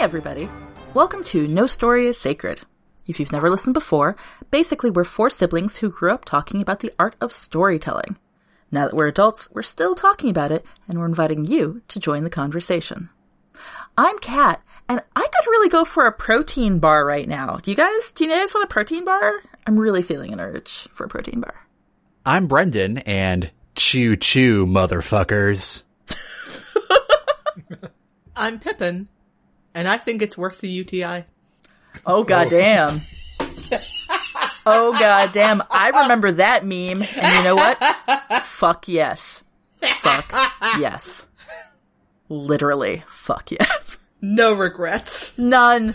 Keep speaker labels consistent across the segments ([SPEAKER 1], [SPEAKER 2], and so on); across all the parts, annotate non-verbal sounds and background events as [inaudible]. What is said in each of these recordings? [SPEAKER 1] everybody. Welcome to No Story is Sacred. If you've never listened before, basically we're four siblings who grew up talking about the art of storytelling. Now that we're adults, we're still talking about it, and we're inviting you to join the conversation. I'm Kat, and I could really go for a protein bar right now. Do you guys, do you guys want a protein bar? I'm really feeling an urge for a protein bar.
[SPEAKER 2] I'm Brendan and chew chew motherfuckers.
[SPEAKER 3] I'm Pippin, and I think it's worth the UTI.
[SPEAKER 1] Oh goddamn. oh goddamn. I remember that meme. And you know what? fuck yes. Fuck yes. Literally, fuck yes.
[SPEAKER 3] No regrets.
[SPEAKER 1] None.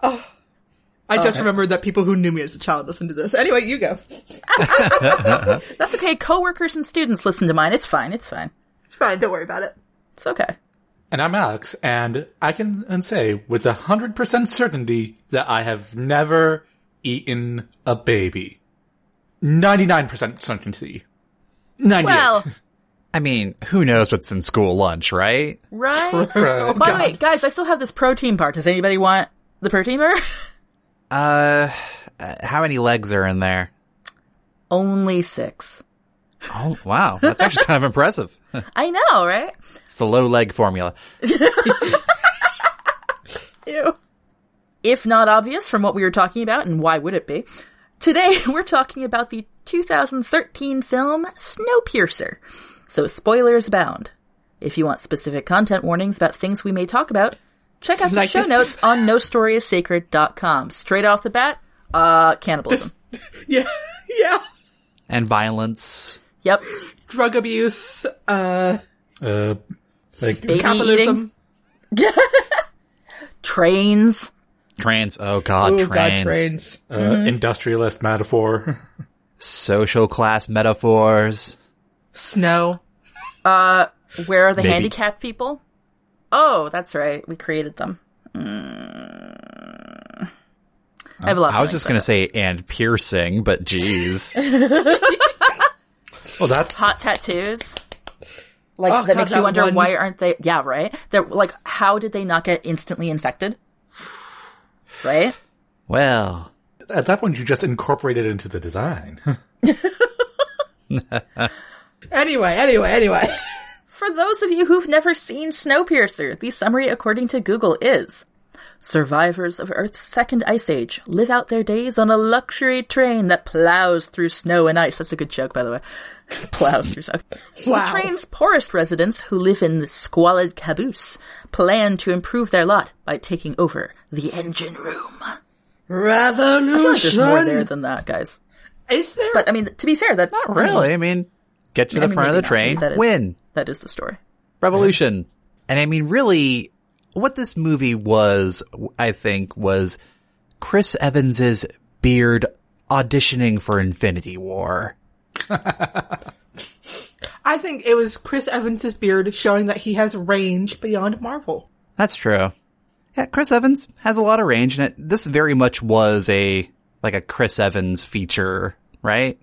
[SPEAKER 3] I just remembered that people who knew me as a child listened to this. Anyway, you go.
[SPEAKER 1] That's okay. Coworkers and students listen to mine. It's fine. It's fine.
[SPEAKER 3] It's fine. Don't worry about it.
[SPEAKER 1] It's okay.
[SPEAKER 4] And I'm Alex, and I can and say with a hundred percent certainty that I have never eaten a baby. Ninety-nine percent certainty. Ninety-eight.
[SPEAKER 1] Well,
[SPEAKER 2] I mean, who knows what's in school lunch, right?
[SPEAKER 1] [laughs] right? Oh, by the way, guys, I still have this protein bar. Does anybody want the protein bar? [laughs]
[SPEAKER 2] Uh, uh, how many legs are in there?
[SPEAKER 1] Only six.
[SPEAKER 2] Oh, wow. That's actually kind of impressive.
[SPEAKER 1] I know, right?
[SPEAKER 2] It's the low leg formula.
[SPEAKER 1] Ew. If not obvious from what we were talking about, and why would it be? Today [laughs] we're talking about the 2013 film Snowpiercer. So spoilers abound. If you want specific content warnings about things we may talk about, check out the
[SPEAKER 3] Like-
[SPEAKER 1] show notes on nostoryiasacred.com. Straight off the bat, uh, cannibalism.
[SPEAKER 3] Yeah, [laughs] yeah.
[SPEAKER 2] And violence.
[SPEAKER 1] Yep.
[SPEAKER 3] Drug abuse, uh,
[SPEAKER 4] uh, like
[SPEAKER 1] Baby
[SPEAKER 3] capitalism.
[SPEAKER 1] eating. Trains.
[SPEAKER 2] Trans. Oh, God.
[SPEAKER 3] Oh
[SPEAKER 2] trans.
[SPEAKER 3] god, trains.
[SPEAKER 4] uh,
[SPEAKER 1] Mm-hmm.
[SPEAKER 4] industrialist metaphor. [laughs]
[SPEAKER 2] Social class metaphors.
[SPEAKER 3] Snow.
[SPEAKER 1] Where are the
[SPEAKER 2] Maybe.
[SPEAKER 1] handicapped people? Oh, that's right. We created them. Mm. I have a lot.
[SPEAKER 2] I was
[SPEAKER 1] feelings
[SPEAKER 2] just going
[SPEAKER 1] about
[SPEAKER 2] to say, and piercing, but geez. [laughs]
[SPEAKER 4] Oh, that's
[SPEAKER 1] hot tattoos. Like
[SPEAKER 3] Oh,
[SPEAKER 1] that
[SPEAKER 3] God,
[SPEAKER 1] make you
[SPEAKER 3] that
[SPEAKER 1] wonder
[SPEAKER 3] one-
[SPEAKER 1] why aren't they? Yeah, right. That like how did they not get instantly infected? [sighs] Right.
[SPEAKER 2] well,
[SPEAKER 4] at that point you just incorporate it into the design. [laughs]
[SPEAKER 3] Anyway, anyway, anyway.
[SPEAKER 1] For those of you who've never seen Snowpiercer, the summary according to Google is Survivors of Earth's second ice age live out their days on a luxury train that plows through snow and ice. That's a good joke, by the way. [laughs] plows through snow.
[SPEAKER 3] Wow.
[SPEAKER 1] The train's poorest residents, who live in the squalid caboose, plan to improve their lot by taking over the engine room.
[SPEAKER 5] Oh,
[SPEAKER 1] I feel like there's
[SPEAKER 3] Revolution.
[SPEAKER 1] more there than that, guys.
[SPEAKER 3] Is there?
[SPEAKER 1] But I mean, to be fair, that's
[SPEAKER 2] not really. I mean, get to the
[SPEAKER 1] I mean,
[SPEAKER 2] front of
[SPEAKER 1] maybe
[SPEAKER 2] the
[SPEAKER 1] not.
[SPEAKER 2] train,
[SPEAKER 1] That is-
[SPEAKER 2] win.
[SPEAKER 1] That is the story.
[SPEAKER 2] revolution. And I mean, really, what this movie was, I think, was Chris Evans's beard auditioning for Infinity War.
[SPEAKER 3] I think it was Chris Evans's beard showing that he has range beyond Marvel.
[SPEAKER 2] That's true. Yeah, Chris Evans has a lot of range, and it, this very much was a like a Chris Evans feature, right?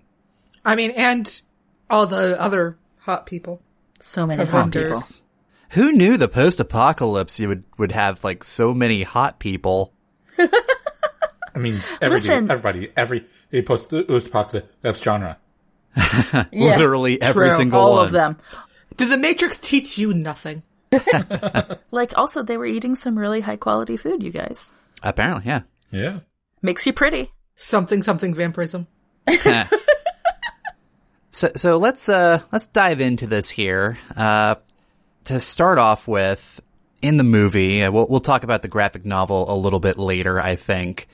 [SPEAKER 3] I mean, and all the other hot people.
[SPEAKER 1] So many hot people.
[SPEAKER 3] Avengers.
[SPEAKER 2] Who knew the post-apocalypse you would would have like so many hot people?
[SPEAKER 4] I mean, everybody,
[SPEAKER 1] Listen.
[SPEAKER 4] everybody, every a post apocalypse genre.
[SPEAKER 1] Yeah.
[SPEAKER 2] Literally every
[SPEAKER 3] True,
[SPEAKER 2] single
[SPEAKER 1] All
[SPEAKER 2] one.
[SPEAKER 1] of them.
[SPEAKER 3] Did the Matrix teach you nothing?
[SPEAKER 1] Like, also, they were eating some really high quality food, you guys.
[SPEAKER 2] Apparently, yeah.
[SPEAKER 4] Yeah.
[SPEAKER 1] Makes you pretty.
[SPEAKER 3] Something, something vampirism.
[SPEAKER 2] [laughs] So so let's uh let's dive into this here. Uh to start off with in the movie, uh, we'll we'll talk about the graphic novel a little bit later, I think.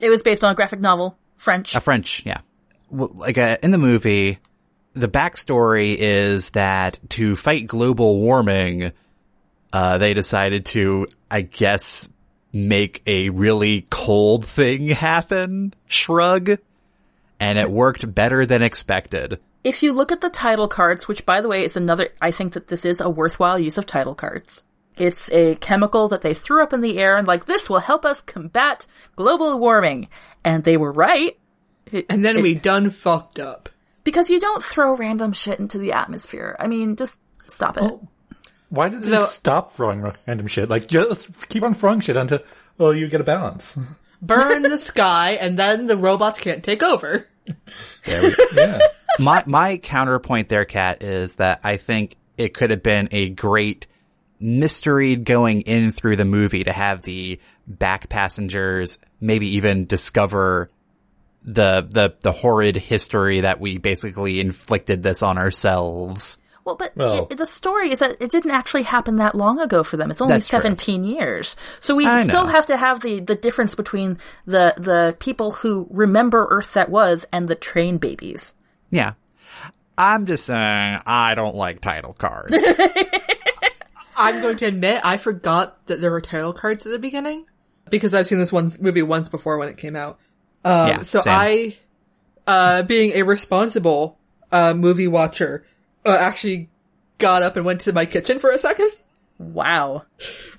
[SPEAKER 1] It was based on a graphic novel, French.
[SPEAKER 2] A French, yeah. Well, Like uh, in the movie, the backstory is that to fight global warming, uh they decided to I guess make a really cold thing happen. Shrug. And it worked better than expected.
[SPEAKER 1] If you look at the title cards, which by the way is another, I think that this is a worthwhile use of title cards. It's a chemical that they threw up in the air and like, this will help us combat global warming. And they were right.
[SPEAKER 3] And then we done fucked up.
[SPEAKER 1] Because you don't throw random shit into the atmosphere. I mean, just stop it.
[SPEAKER 4] Why did they
[SPEAKER 3] Though-
[SPEAKER 4] stop throwing ra- random shit? Like, yeah, let's keep on throwing shit until oh, you get a balance. [laughs]
[SPEAKER 2] [laughs]
[SPEAKER 5] Burn the sky, and then the robots can't take over.
[SPEAKER 4] There we go. yeah.
[SPEAKER 2] my my counterpoint there, Kat, is that I think it could have been a great mystery going in through the movie to have the back passengers maybe even discover the the the horrid history that we basically inflicted this on ourselves.
[SPEAKER 1] Well, but
[SPEAKER 4] Well-
[SPEAKER 1] it, the story is that it didn't actually happen that long ago for them. It's only
[SPEAKER 2] That's true.
[SPEAKER 1] 17 years. So we
[SPEAKER 2] I
[SPEAKER 1] still
[SPEAKER 2] know.
[SPEAKER 1] have to have the, the difference between the, the people who remember Earth that was and the train babies.
[SPEAKER 2] Yeah. I'm just saying I don't like title
[SPEAKER 5] [laughs]
[SPEAKER 2] cards.
[SPEAKER 5] I'm going to admit I forgot that there were tarot cards at the beginning because I've seen this one movie once before when it came out. Um,
[SPEAKER 2] Yeah,
[SPEAKER 5] so
[SPEAKER 2] same.
[SPEAKER 5] I, uh, being a responsible uh, movie watcher, uh, actually got up and went to my kitchen for a second.
[SPEAKER 1] Wow.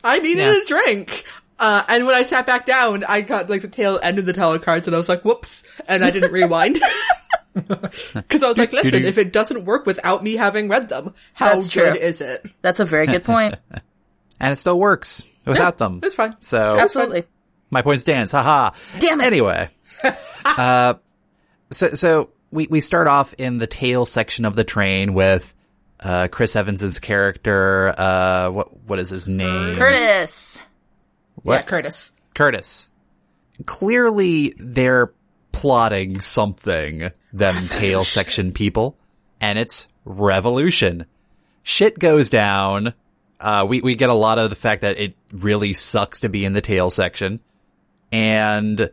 [SPEAKER 5] I needed
[SPEAKER 2] Yeah.
[SPEAKER 5] a drink. Uh, and when I sat back down, I got like the tail end of the tarot cards and I was like, whoops. And I didn't [laughs] rewind. Cause I was like, listen, if it doesn't work without me having read them, how
[SPEAKER 1] That's
[SPEAKER 5] good
[SPEAKER 1] true.
[SPEAKER 5] is it?
[SPEAKER 1] That's a very good
[SPEAKER 2] [laughs]
[SPEAKER 1] point.
[SPEAKER 2] and it still works without them.
[SPEAKER 5] It's fine.
[SPEAKER 2] So
[SPEAKER 1] Absolutely.
[SPEAKER 2] My point stands. Haha.
[SPEAKER 1] Damn it.
[SPEAKER 2] Anyway. [laughs] uh, so, so we, we start off in the tail section of the train with, uh, Chris Evans's character, uh, what, what is his name?
[SPEAKER 1] Curtis.
[SPEAKER 5] Yeah, Curtis.
[SPEAKER 2] Curtis. Clearly they're plotting something, them tail section people, and it's revolution. Shit goes down. Uh, we, we get a lot of the fact that it really sucks to be in the tail section. And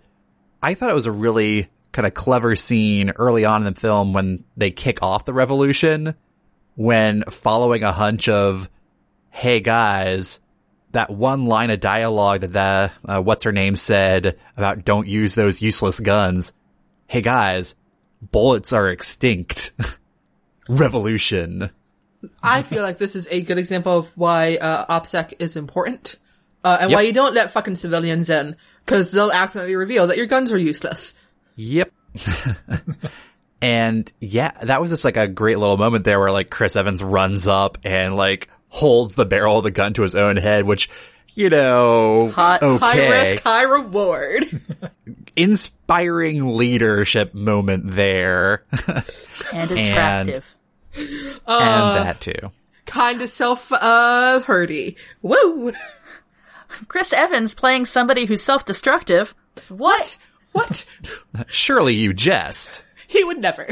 [SPEAKER 2] I thought it was a really kind of clever scene early on in the film when they kick off the revolution when following a hunch of, Hey guys, that one line of dialogue that the, uh, what's her name said about don't use those useless guns. Hey guys, bullets are extinct. [laughs] Revolution.
[SPEAKER 5] [laughs] I feel like this is a good example of why uh, OPSEC is important uh, and why you don't let fucking civilians in because they'll accidentally reveal that your guns are useless.
[SPEAKER 2] Yep. [laughs] and yeah, that was just like a great little moment there where like Chris Evans runs up and like holds the barrel of the gun to his own head, which, you know,
[SPEAKER 1] Hot-
[SPEAKER 2] okay.
[SPEAKER 5] High risk, high reward. [laughs]
[SPEAKER 2] inspiring leadership moment there. [laughs]
[SPEAKER 1] And attractive.
[SPEAKER 5] Uh,
[SPEAKER 2] and that too.
[SPEAKER 5] kind of self uh hurdy. Woo!
[SPEAKER 1] Chris Evans playing somebody who's self-destructive.
[SPEAKER 5] What? What?
[SPEAKER 2] Surely you jest.
[SPEAKER 5] he would never.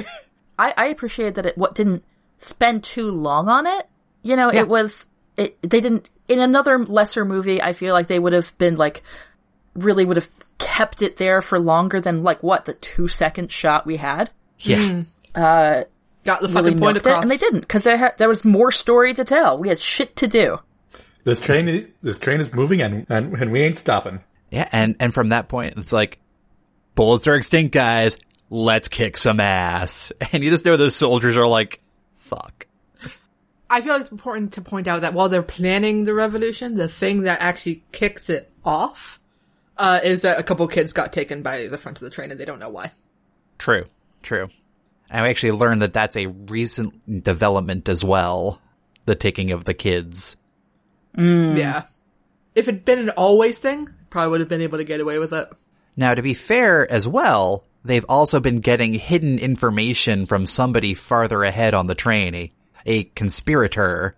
[SPEAKER 1] I, I appreciated that it what didn't spend too long on it. You know, it was it they didn't in another lesser movie I feel like they would have been like really would have kept it there for longer than like what the 2 second shot we had.
[SPEAKER 2] Yeah.
[SPEAKER 5] [laughs] Got the
[SPEAKER 1] Really
[SPEAKER 5] fucking point
[SPEAKER 1] milked it,
[SPEAKER 5] across.
[SPEAKER 1] and they didn't cuz there ha- there was more story to tell. We had shit to do.
[SPEAKER 4] This train, i- this train is moving, and and, and we ain't stopping.
[SPEAKER 2] Yeah, and and from that point, it's like bullets are extinct, guys. Let's kick some ass. [laughs] And you just know those soldiers are like, fuck.
[SPEAKER 5] I feel it's important to point out that while they're planning the revolution, the thing that actually kicks it off uh, is that a couple kids got taken by the front of the train and they don't know why.
[SPEAKER 2] True, true. And we actually learned that that's a recent development as well. The taking of the kids.
[SPEAKER 5] Yeah. If it'd been an always thing, probably would have been able to get away with it.
[SPEAKER 2] Now, to be fair as well, they've also been getting hidden information from somebody farther ahead on the train, a, a conspirator.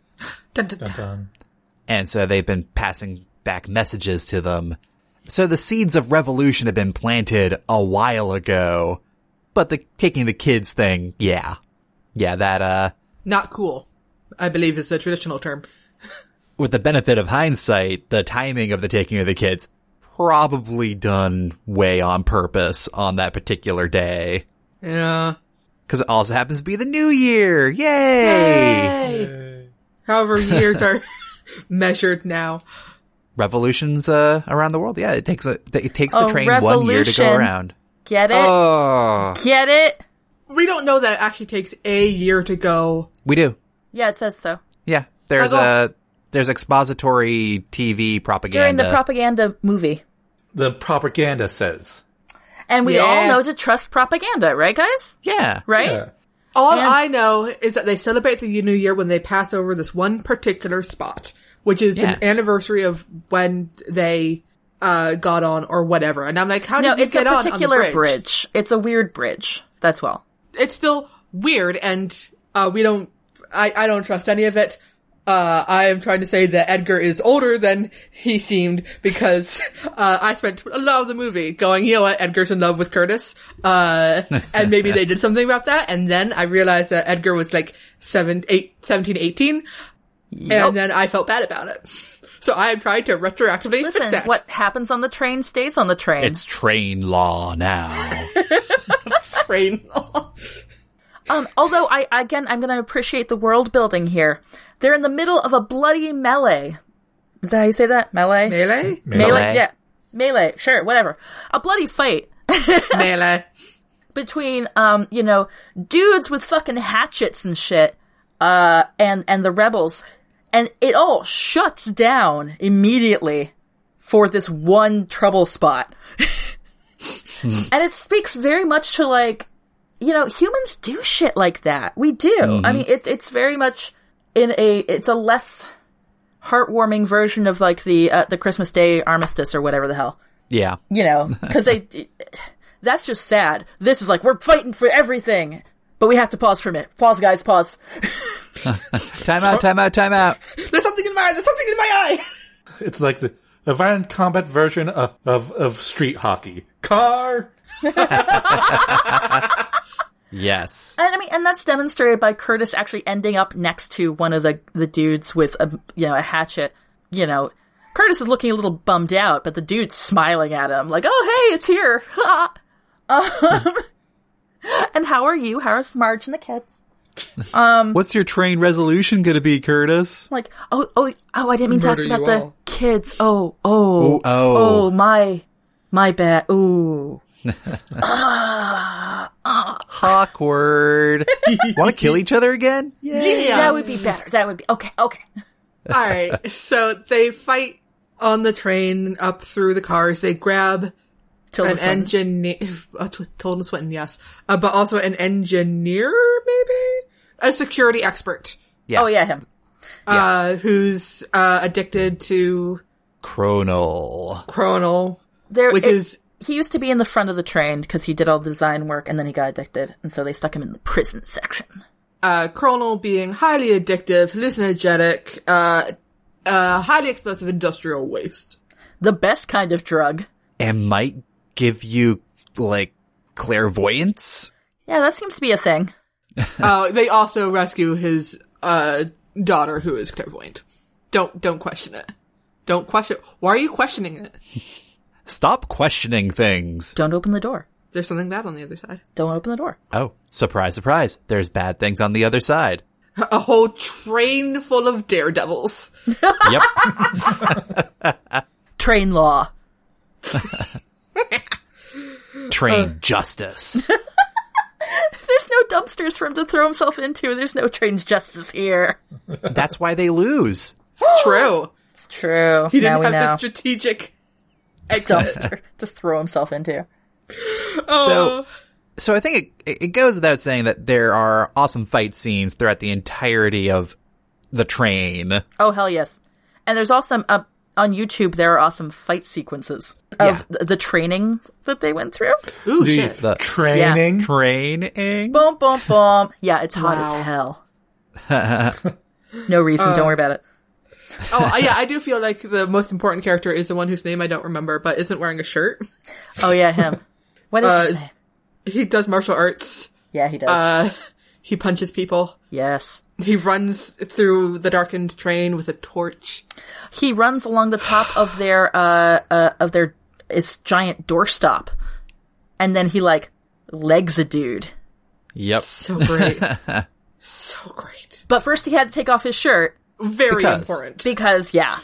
[SPEAKER 5] Dun, dun, dun.
[SPEAKER 4] Um,
[SPEAKER 2] And so they've been passing back messages to them. So the seeds of revolution have been planted a while ago. But the taking the kids thing, yeah. Yeah, that, uh,
[SPEAKER 5] Not cool, I believe is the traditional term.
[SPEAKER 2] with the benefit of hindsight, the timing of the taking of the kids probably done way on purpose on that particular day.
[SPEAKER 5] Yeah.
[SPEAKER 2] Cause it also happens to be the new year. Yay!
[SPEAKER 5] However, years [laughs] are measured now.
[SPEAKER 2] Revolutions, uh, around the world. Yeah, it takes a, it takes the
[SPEAKER 1] A
[SPEAKER 2] train one year to go
[SPEAKER 1] revolution. Eh.
[SPEAKER 2] around.
[SPEAKER 1] Get it?
[SPEAKER 2] Oh,
[SPEAKER 1] Get it?
[SPEAKER 5] We don't know that it actually takes a year to go.
[SPEAKER 2] we do.
[SPEAKER 1] Yeah, it says so.
[SPEAKER 2] Yeah, there's a
[SPEAKER 5] Haggle.
[SPEAKER 2] there's expository TV
[SPEAKER 1] Oh, During
[SPEAKER 2] propaganda.
[SPEAKER 1] the propaganda movie.
[SPEAKER 4] the propaganda says,
[SPEAKER 1] And we all
[SPEAKER 5] Yeah.
[SPEAKER 1] know to trust propaganda, right guys?
[SPEAKER 2] yeah,
[SPEAKER 1] Right?
[SPEAKER 4] yeah.
[SPEAKER 5] All
[SPEAKER 3] All I know is that they celebrate the New Year when they pass over this one particular spot, which is
[SPEAKER 2] Yeah.
[SPEAKER 5] an anniversary of when they uh, got on or whatever. And I'm like, how did
[SPEAKER 1] No,
[SPEAKER 5] you
[SPEAKER 1] it's a
[SPEAKER 5] get on on the
[SPEAKER 1] particular
[SPEAKER 5] bridge?
[SPEAKER 1] bridge. It's a weird bridge. That's all.
[SPEAKER 5] It's still weird, and uh, we don't. I, I don't trust any of it. Uh, I am trying to say that Edgar is older than he seemed because [laughs] uh, I spent a lot of the movie going, you know what, Edgar's in love with Curtis, uh, and maybe they did something about that. And then I realized that Edgar was like seven, eight, 17, 18, and then I felt bad about it. So I am trying to retroactively fix
[SPEAKER 1] Listen,
[SPEAKER 5] that. [laughs]
[SPEAKER 1] what happens on the train stays on the train.
[SPEAKER 2] It's train law now.
[SPEAKER 5] train?
[SPEAKER 1] Um, although I again, I'm going to appreciate the world building here. They're in the middle of a bloody melee. Is that how you say that? Melee,
[SPEAKER 5] Melee?
[SPEAKER 1] melee,
[SPEAKER 2] Melee.
[SPEAKER 1] yeah, melee. Sure, whatever. A bloody fight
[SPEAKER 5] [laughs] Melee.
[SPEAKER 1] between um, you know, dudes with fucking hatchets and shit, uh, and and the rebels, and it all shuts down immediately for this one trouble spot. and it speaks very much to like you know, humans do shit like that. We do. I mean, it's it's very much in a it's a less heartwarming version of like the uh, the Christmas Day armistice or whatever the hell
[SPEAKER 2] [laughs] yeah.
[SPEAKER 1] you know, because they. [laughs] That's just sad. This is like we're fighting for everything, but we have to pause for a minute. Pause, guys. Pause.
[SPEAKER 2] Time out, time out, time out.
[SPEAKER 5] There's something in my eye. There's something in my eye.
[SPEAKER 4] It's like the, the violent combat version of, of, of street hockey. Car!
[SPEAKER 2] Yes.
[SPEAKER 1] And I mean, and that's demonstrated by Curtis actually ending up next to one of the the dudes with a you know a hatchet. You know, Curtis is looking a little bummed out, but the dude's smiling at him like, "Oh, hey, it's here." [laughs] um, [laughs] and how are you? How's Marge and the kids? Um,
[SPEAKER 2] What's your train resolution going to be, Curtis?
[SPEAKER 1] Like, oh, oh, oh, I didn't mean to ask
[SPEAKER 5] Murder
[SPEAKER 1] about
[SPEAKER 5] you
[SPEAKER 1] the
[SPEAKER 5] all.
[SPEAKER 1] kids. Oh, oh,
[SPEAKER 2] Oh, oh.
[SPEAKER 1] oh, my, my bad. Ooh. [laughs]
[SPEAKER 2] Awkward. Want to kill each other again? Yeah.
[SPEAKER 1] That would be better. That would be, okay, okay.
[SPEAKER 5] All right. So they fight on the train up through the cars. They grab
[SPEAKER 1] Tilda
[SPEAKER 5] an
[SPEAKER 1] Swinton.
[SPEAKER 5] engineer, [laughs] uh, t- Tilda Swinton, yes, uh, but also an engineer, maybe a security expert,
[SPEAKER 1] Oh yeah, him.
[SPEAKER 5] uh, who's uh, addicted to
[SPEAKER 2] Cronal.
[SPEAKER 5] chronal,
[SPEAKER 1] There,
[SPEAKER 5] which
[SPEAKER 1] it-
[SPEAKER 5] is
[SPEAKER 1] he used to be in the front of the train because he did all the design work and then he got addicted and so they stuck him in the prison section.
[SPEAKER 5] uh, chronal being highly addictive, hallucinogenic, uh, uh, highly explosive industrial waste.
[SPEAKER 1] The best kind of drug.
[SPEAKER 2] And might give you, like, clairvoyance?
[SPEAKER 1] Yeah, that seems to be a thing.
[SPEAKER 5] Uh, they also rescue his uh, daughter, who is clairvoyant. Don't don't question it. Don't question. Why are you questioning it?
[SPEAKER 2] Stop questioning things.
[SPEAKER 1] Don't open the door.
[SPEAKER 5] There's something bad on the other side. [laughs]
[SPEAKER 1] Don't open the door.
[SPEAKER 2] Oh, surprise, surprise. There's bad things on the other side.
[SPEAKER 5] A whole train full of daredevils.
[SPEAKER 2] Yep.
[SPEAKER 1] [laughs] Train law. [laughs]
[SPEAKER 2] Train
[SPEAKER 1] Uh.
[SPEAKER 2] justice.
[SPEAKER 1] There's no dumpsters for him to throw himself into. There's no train's justice here.
[SPEAKER 2] That's why they lose.
[SPEAKER 5] It's true.
[SPEAKER 1] It's true.
[SPEAKER 5] He
[SPEAKER 1] now
[SPEAKER 5] didn't
[SPEAKER 1] we
[SPEAKER 5] have
[SPEAKER 1] know.
[SPEAKER 5] the strategic.
[SPEAKER 1] dumpster to throw himself into.
[SPEAKER 5] Oh,
[SPEAKER 2] So I think it, it goes without saying that there are awesome fight scenes throughout the entirety of the train.
[SPEAKER 1] Oh hell yes! And there's also uh, on YouTube there are awesome fight sequences
[SPEAKER 2] Yeah.
[SPEAKER 1] of th- the training that they went through.
[SPEAKER 5] ooh,
[SPEAKER 4] The
[SPEAKER 5] [laughs] shit.
[SPEAKER 4] training.
[SPEAKER 2] Train ing.
[SPEAKER 1] Boom, boom, boom. Yeah, it's hot
[SPEAKER 5] Wow.
[SPEAKER 1] as hell.
[SPEAKER 5] [laughs]
[SPEAKER 1] no reason. don't worry about it.
[SPEAKER 5] Oh, yeah. I do feel like the most important character is the one whose name I don't remember, but isn't wearing a shirt.
[SPEAKER 1] Oh yeah, him. What is
[SPEAKER 5] Uh,
[SPEAKER 1] his
[SPEAKER 5] is-
[SPEAKER 1] name?
[SPEAKER 5] He does martial arts.
[SPEAKER 1] Yeah, he does.
[SPEAKER 5] Uh, he punches people.
[SPEAKER 1] yes,
[SPEAKER 5] He runs through the darkened train with a torch.
[SPEAKER 1] he runs along the top of their uh, uh of their this giant doorstop, and then he like legs a dude.
[SPEAKER 2] Yep.
[SPEAKER 5] So
[SPEAKER 1] [laughs]
[SPEAKER 5] great. so great.
[SPEAKER 1] But first, he had to take off his shirt
[SPEAKER 5] Very
[SPEAKER 2] Because-
[SPEAKER 5] important.
[SPEAKER 1] because yeah,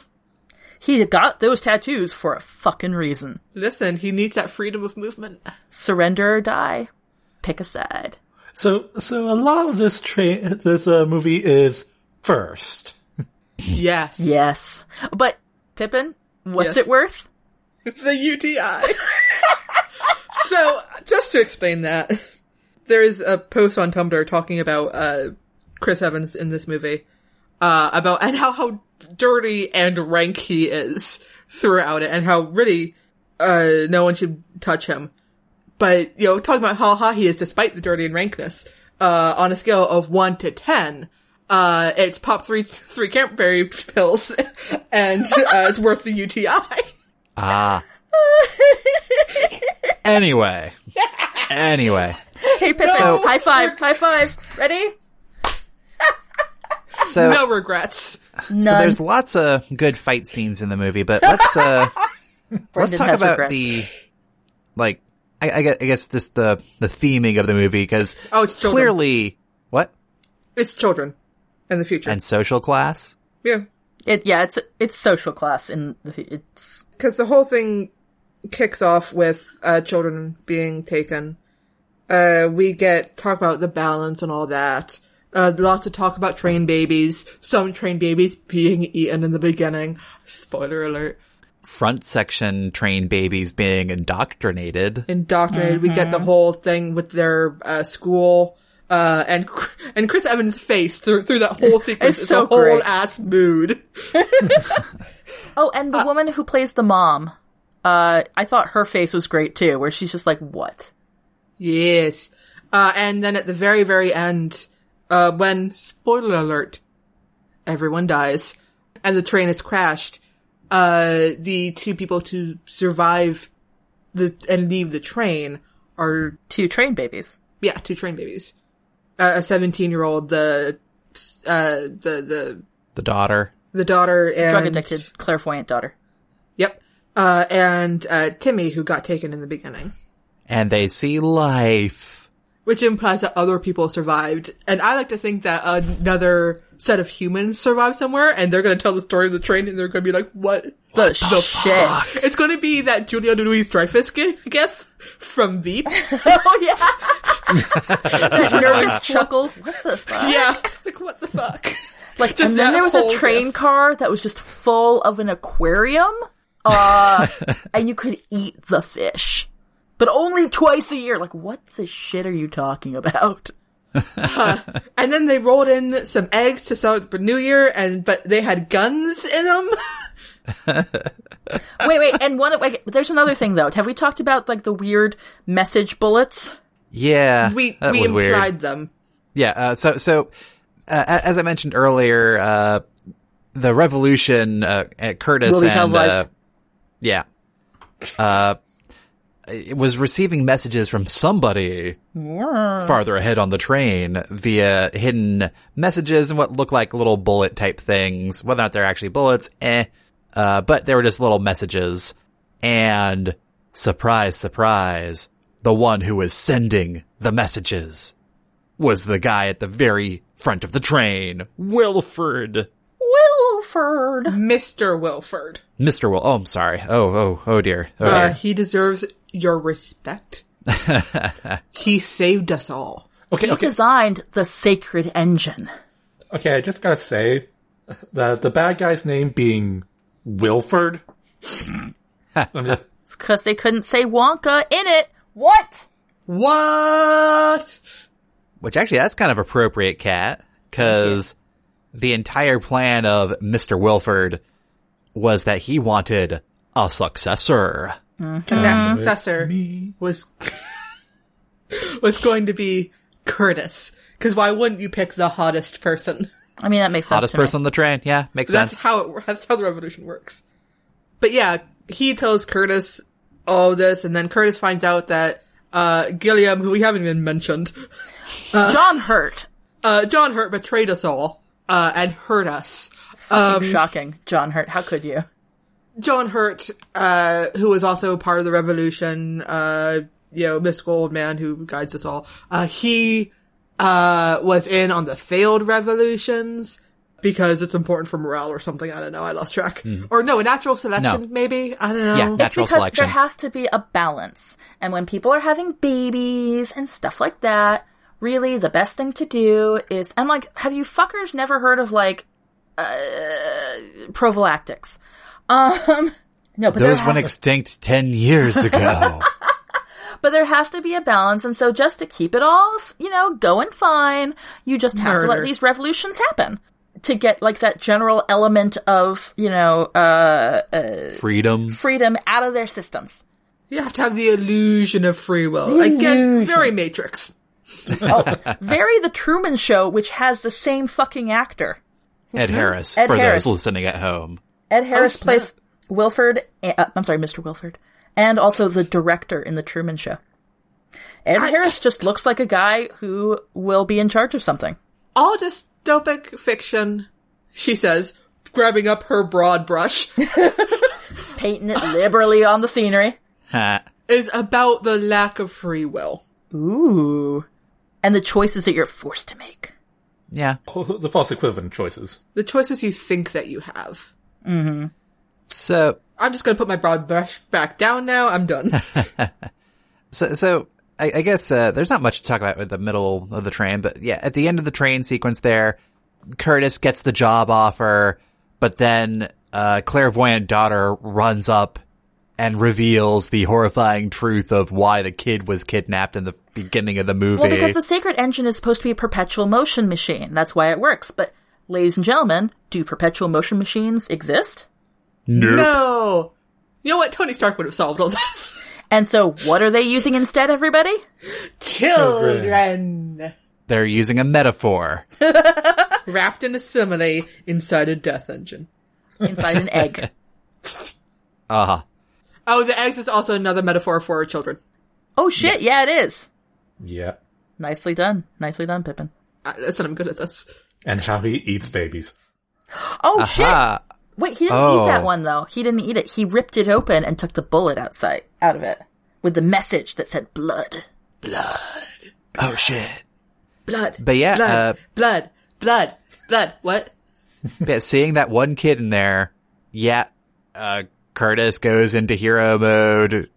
[SPEAKER 1] he got those tattoos for a fucking reason.
[SPEAKER 5] Listen, he needs that freedom of movement.
[SPEAKER 1] surrender or die. Pick a side.
[SPEAKER 4] So, so a lot of this train, this uh, movie is first.
[SPEAKER 5] Yes.
[SPEAKER 1] Yes. But Pippin, what's
[SPEAKER 5] Yes.
[SPEAKER 1] it worth?
[SPEAKER 5] [laughs] the UTI. so, just to explain that, there is a post on Tumblr talking about uh, Chris Evans in this movie, uh, about and how how dirty and rank he is throughout it, and how really uh, no one should touch him. But you know, talking about how hot he is despite the dirty and rankness, uh, on a scale of one to ten, uh, it's pop three three Canterbury [laughs] pills, and uh, it's worth the UTI.
[SPEAKER 2] Ah.
[SPEAKER 1] [laughs]
[SPEAKER 2] anyway. Anyway.
[SPEAKER 1] Hey, Pippa, high five, high five. Ready?
[SPEAKER 2] So,
[SPEAKER 5] No regrets.
[SPEAKER 1] None.
[SPEAKER 2] so there's lots of good fight scenes in the movie, but
[SPEAKER 1] [laughs]
[SPEAKER 2] let's, uh, let's
[SPEAKER 1] Brendan
[SPEAKER 2] talk
[SPEAKER 1] has
[SPEAKER 2] about
[SPEAKER 1] regrets.
[SPEAKER 2] the, like, I, I guess, I guess just the, the theming of the movie, cause
[SPEAKER 5] Oh, it's children.
[SPEAKER 2] clearly, what?
[SPEAKER 5] It's children in the future.
[SPEAKER 2] And social class?
[SPEAKER 5] yeah.
[SPEAKER 1] It, yeah, it's it's social class in the it's
[SPEAKER 5] because the whole thing kicks off with uh, children being taken. Uh, we get talk about the balance and all that. Uh, lots of talk about train babies. Some train babies being eaten in the beginning. Spoiler alert.
[SPEAKER 2] Front section trained babies being indoctrinated.
[SPEAKER 5] Indoctrinated. We get the whole thing with their uh, school. Uh, and [laughs] and Chris Evans' face through through that whole sequence
[SPEAKER 1] It's
[SPEAKER 5] is
[SPEAKER 1] so
[SPEAKER 5] a whole
[SPEAKER 1] great.
[SPEAKER 5] ass mood.
[SPEAKER 1] Oh, and
[SPEAKER 2] Uh,
[SPEAKER 1] the woman who plays the mom, uh, I thought her face was great too, where she's just like, "What?"
[SPEAKER 5] Yes. Uh, and then at the very, very end, uh, when, spoiler alert, everyone dies and the train has crashed, uh, the two people to survive the, and leave the train are,
[SPEAKER 1] Two train babies.
[SPEAKER 5] yeah, two train babies. Uh, a 17 year old, the, uh, the, the,
[SPEAKER 2] The daughter.
[SPEAKER 5] the daughter and,
[SPEAKER 1] Drug addicted, clairvoyant daughter.
[SPEAKER 5] Yep. Uh, and, uh, Timmy who got taken in the beginning.
[SPEAKER 2] And they see life.
[SPEAKER 5] which implies that other people survived. And I like to think that another set of humans survived somewhere, and they're going to tell the story of the train, and they're going to be like, "What?"
[SPEAKER 1] The, shit.
[SPEAKER 5] It's going to be that Julia Louis Dreyfus gif from Veep.
[SPEAKER 1] [laughs] Oh yeah. This nervous chuckle. What the fuck?
[SPEAKER 5] yeah, it's like what the fuck.
[SPEAKER 1] Like,
[SPEAKER 5] just
[SPEAKER 1] and then
[SPEAKER 5] that
[SPEAKER 1] there was a
[SPEAKER 5] whole
[SPEAKER 1] train
[SPEAKER 5] gif.
[SPEAKER 1] car that was just full of an aquarium, uh, and you could eat the fish, but only twice a year. Like, what the shit are you talking about?
[SPEAKER 5] And then they rolled in some eggs to sell at the New Year, and but they had guns in them.
[SPEAKER 1] [laughs] wait, wait, and one. of- Like, there's another thing though. Have we talked about like the weird message bullets?
[SPEAKER 2] Yeah,
[SPEAKER 5] We
[SPEAKER 2] that
[SPEAKER 5] we
[SPEAKER 2] was weird.
[SPEAKER 5] implied them.
[SPEAKER 2] Yeah, uh, so so uh, a- as I mentioned earlier, uh, the revolution uh, at Curtis
[SPEAKER 1] Will be
[SPEAKER 2] and uh,
[SPEAKER 1] televised.
[SPEAKER 2] yeah, uh, it was receiving messages from somebody farther ahead on the train via hidden messages and what looked like little bullet type things. Whether or not they're actually bullets, eh? Uh, but they were just little messages. And surprise, surprise, the one who was sending the messages was the guy at the very front of the train, Wilford.
[SPEAKER 1] Wilford.
[SPEAKER 5] Mr. Wilford,
[SPEAKER 2] Mr. Will. Oh, I'm sorry. Oh, oh, oh dear. Oh,
[SPEAKER 5] uh,
[SPEAKER 2] dear.
[SPEAKER 5] he deserves
[SPEAKER 2] [laughs]
[SPEAKER 5] your respect. he saved us all.
[SPEAKER 4] Okay,
[SPEAKER 1] He
[SPEAKER 4] okay,
[SPEAKER 1] designed the sacred engine.
[SPEAKER 4] okay. I just gotta say that the bad guy's name being
[SPEAKER 5] [laughs]
[SPEAKER 4] Wilford. I'm just
[SPEAKER 1] It's because they couldn't say Wonka in it. What?
[SPEAKER 5] What?
[SPEAKER 2] Which actually, that's kind of appropriate, Cat, because the entire plan of Mr. Wilford was that he wanted a successor.
[SPEAKER 5] And that successor was [laughs] was going to be Curtis. Because why wouldn't you pick the hottest person?
[SPEAKER 1] I mean, that makes sense.
[SPEAKER 2] Hottest
[SPEAKER 1] to me.
[SPEAKER 2] person on the train. Yeah, makes
[SPEAKER 5] That's
[SPEAKER 2] sense.
[SPEAKER 5] how it, that's how the revolution works. But yeah, he tells Curtis all this, and then Curtis finds out that uh, Gilliam, who we haven't even mentioned,
[SPEAKER 1] John Hurt.
[SPEAKER 5] uh, John Hurt betrayed us all uh, and hurt us.
[SPEAKER 1] Um, Shocking, John Hurt. How could you?
[SPEAKER 5] John Hurt, uh, who was also part of the revolution, uh, you know, mystical old man who guides us all, uh, he, uh, was in on the failed revolutions because it's important for morale or something. I don't know. I lost track. Or no, a natural selection,
[SPEAKER 2] Mm-hmm. No.
[SPEAKER 5] maybe? I don't know.
[SPEAKER 2] Yeah,
[SPEAKER 1] It's
[SPEAKER 2] natural
[SPEAKER 1] because
[SPEAKER 2] selection.
[SPEAKER 1] there has to be a balance. And when people are having babies and stuff like that, really the best thing to do is, and like, have you fuckers never heard of like, uh, prophylactics? Um, [laughs] no, but there
[SPEAKER 2] Those
[SPEAKER 1] has
[SPEAKER 2] went extinct 10 years ago.
[SPEAKER 1] But there has to be a balance, and so just to keep it all, you know, going fine, you just have to let
[SPEAKER 5] Murder.
[SPEAKER 1] these revolutions happen to get like that general element of you know uh,
[SPEAKER 2] Freedom.
[SPEAKER 1] freedom out of their systems.
[SPEAKER 5] You have to have the illusion of free will. Again, very Matrix.
[SPEAKER 1] Oh, very the Truman Show, which has the same fucking actor.
[SPEAKER 2] Ed Harris,
[SPEAKER 1] Ed
[SPEAKER 2] for
[SPEAKER 1] Harris.
[SPEAKER 2] those listening at home.
[SPEAKER 1] Ed Harris
[SPEAKER 5] snap.
[SPEAKER 1] plays Wilford. Uh, I'm sorry, Mr. Wilford, and also the director in the Truman Show. Ed Harris just looks like a guy who will be in charge of something.
[SPEAKER 5] All dystopic fiction, she says, grabbing up her
[SPEAKER 2] [laughs]
[SPEAKER 5] broad brush,
[SPEAKER 1] painting it liberally on the scenery.
[SPEAKER 2] Ha.
[SPEAKER 5] is about the lack of free will.
[SPEAKER 1] Ooh. And the choices that you're forced to make.
[SPEAKER 2] Yeah.
[SPEAKER 4] The false equivalent choices.
[SPEAKER 5] The choices you think that you have.
[SPEAKER 2] So,
[SPEAKER 5] I'm just gonna put my broad brush back down now.
[SPEAKER 2] [laughs]
[SPEAKER 5] I'm done.
[SPEAKER 2] so, so I, I guess uh, there's not much to talk about with the middle of the train, but yeah, at the end of the train sequence, there, Curtis gets the job offer, but then uh, clairvoyant daughter runs up and reveals the horrifying truth of why the kid was kidnapped in the beginning of the movie.
[SPEAKER 1] Well, because the sacred engine is supposed to be a perpetual motion machine. That's why it works. But, ladies and gentlemen, do perpetual motion machines exist?
[SPEAKER 5] no! You know what? Tony Stark would have solved all this.
[SPEAKER 1] And so, what are they using instead, everybody?
[SPEAKER 5] Children!
[SPEAKER 2] They're using
[SPEAKER 1] [laughs]
[SPEAKER 2] a metaphor.
[SPEAKER 5] Wrapped in a simile inside a death engine.
[SPEAKER 1] Inside an egg.
[SPEAKER 2] Uh-huh.
[SPEAKER 5] Oh, the eggs is also another metaphor for children.
[SPEAKER 1] Oh shit, yeah, it is.
[SPEAKER 4] Yeah.
[SPEAKER 1] Nicely done. Nicely done, Pippin.
[SPEAKER 5] I, that's I'm good at this.
[SPEAKER 4] And how he eats babies.
[SPEAKER 1] Oh shit!
[SPEAKER 2] Ah,
[SPEAKER 1] Wait, he didn't
[SPEAKER 2] Oh.
[SPEAKER 1] eat that one though. He didn't eat it. He ripped it open and took the bullet outside, out of it. With the message that said blood.
[SPEAKER 2] oh shit.
[SPEAKER 5] Blood.
[SPEAKER 2] But yeah,
[SPEAKER 5] blood,
[SPEAKER 2] uh,
[SPEAKER 5] blood, blood, blood. What?
[SPEAKER 2] But seeing that one kid in there, yeah, uh, Curtis goes into hero mode,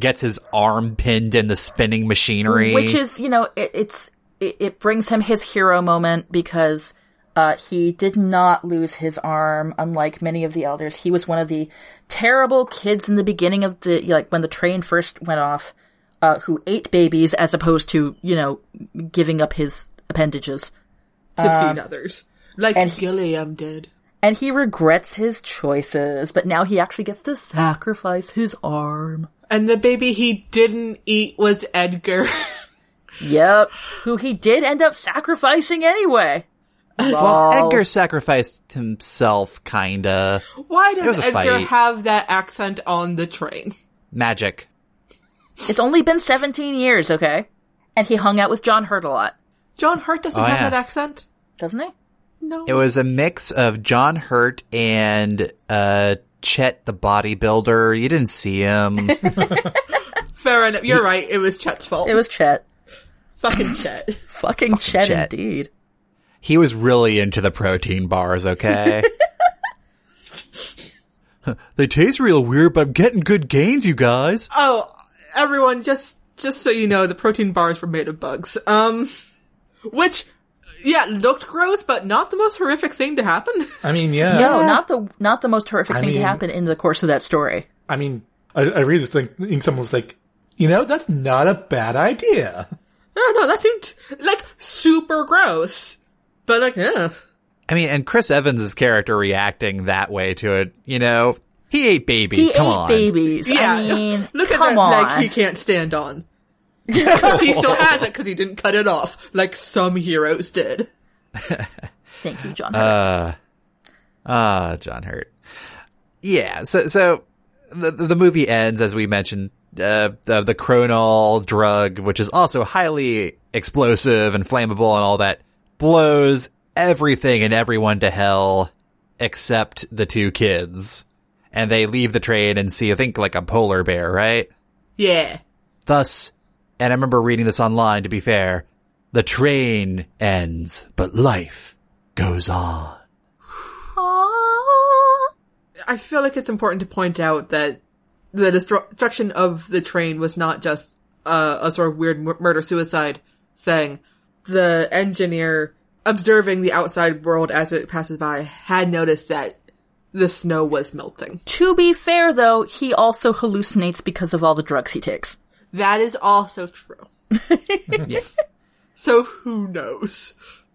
[SPEAKER 2] gets his arm pinned in the spinning machinery.
[SPEAKER 1] which is you know it, it's it, it brings him his hero moment because uh, he did not lose his arm unlike many of the elders he was one of the terrible kids in the beginning of the like when the train first went off uh, who ate babies as opposed to you know giving up his appendages
[SPEAKER 5] To feed others. Like Gilliam did.
[SPEAKER 1] and he regrets his choices but now he actually gets to sacrifice his arm
[SPEAKER 5] And the baby he didn't eat was Edgar. [laughs]
[SPEAKER 1] yep who he did end up sacrificing anyway
[SPEAKER 2] well, Edgar sacrificed himself, kinda.
[SPEAKER 5] Why
[SPEAKER 2] was
[SPEAKER 5] does
[SPEAKER 2] a
[SPEAKER 5] Edgar
[SPEAKER 2] fight.
[SPEAKER 5] have that accent on the train?
[SPEAKER 2] Magic.
[SPEAKER 1] It's only been 17 years, okay? And he hung out with John Hurt a lot,
[SPEAKER 5] John Hurt doesn't
[SPEAKER 2] Oh,
[SPEAKER 5] have
[SPEAKER 2] yeah.
[SPEAKER 5] that accent.
[SPEAKER 1] doesn't he?
[SPEAKER 5] No.
[SPEAKER 2] It was a mix of John Hurt and, uh, Chet the bodybuilder. You didn't
[SPEAKER 1] [laughs]
[SPEAKER 2] see him.
[SPEAKER 5] Fair enough. You're right. It was Chet's fault.
[SPEAKER 1] It was Chet.
[SPEAKER 5] [laughs] fucking Chet.
[SPEAKER 1] Fucking Chet,
[SPEAKER 2] Chet.
[SPEAKER 1] indeed.
[SPEAKER 2] he was really into the protein bars,
[SPEAKER 1] [laughs]
[SPEAKER 2] okay? they taste real weird, but I'm getting good gains, you guys.
[SPEAKER 5] Oh, everyone, just just so you know, the protein bars were made of bugs. Um, which, yeah, looked gross, but not the most horrific thing to happen. [laughs]
[SPEAKER 4] I mean, yeah.
[SPEAKER 1] No, not the not the most horrific
[SPEAKER 4] I
[SPEAKER 1] thing
[SPEAKER 4] mean-
[SPEAKER 1] to happen in the course of that story.
[SPEAKER 4] I mean, I, I read this thing, and someone was like, you know, that's not a bad idea.
[SPEAKER 5] No, no, that seemed like super gross. But like, yeah,
[SPEAKER 2] I mean, and Chris Evans' character reacting that way to it, you know, he ate baby.
[SPEAKER 1] He
[SPEAKER 2] Come
[SPEAKER 1] ate
[SPEAKER 2] on.
[SPEAKER 1] babies.
[SPEAKER 5] yeah. [laughs]
[SPEAKER 1] I mean,
[SPEAKER 5] look at
[SPEAKER 1] come
[SPEAKER 5] that
[SPEAKER 1] on.
[SPEAKER 5] leg he can't stand [laughs] on. 'Cause he still has it because he didn't cut it off like some heroes did.
[SPEAKER 1] Thank you, John Hurt.
[SPEAKER 2] Ah, John Hurt. Yeah. So, so the, the movie ends, as we mentioned, uh, the, the Cronol drug, which is also highly explosive and flammable and all that, blows everything and everyone to hell except the two kids. And they leave the train and see, I think, like a polar bear, right?
[SPEAKER 5] Yeah,
[SPEAKER 2] Thus, and I remember reading this online to be fair, the train ends, but life goes on.
[SPEAKER 1] Aw.
[SPEAKER 5] I feel like it's important to point out that the destru- destruction of the train was not just uh, a sort of weird mur- murder suicide thing. The engineer observing the outside world as it passes by had noticed that the snow was melting.
[SPEAKER 1] To be fair, though, he also hallucinates because of all the drugs he takes.
[SPEAKER 3] That is also true.
[SPEAKER 2] Yeah.
[SPEAKER 3] So who knows?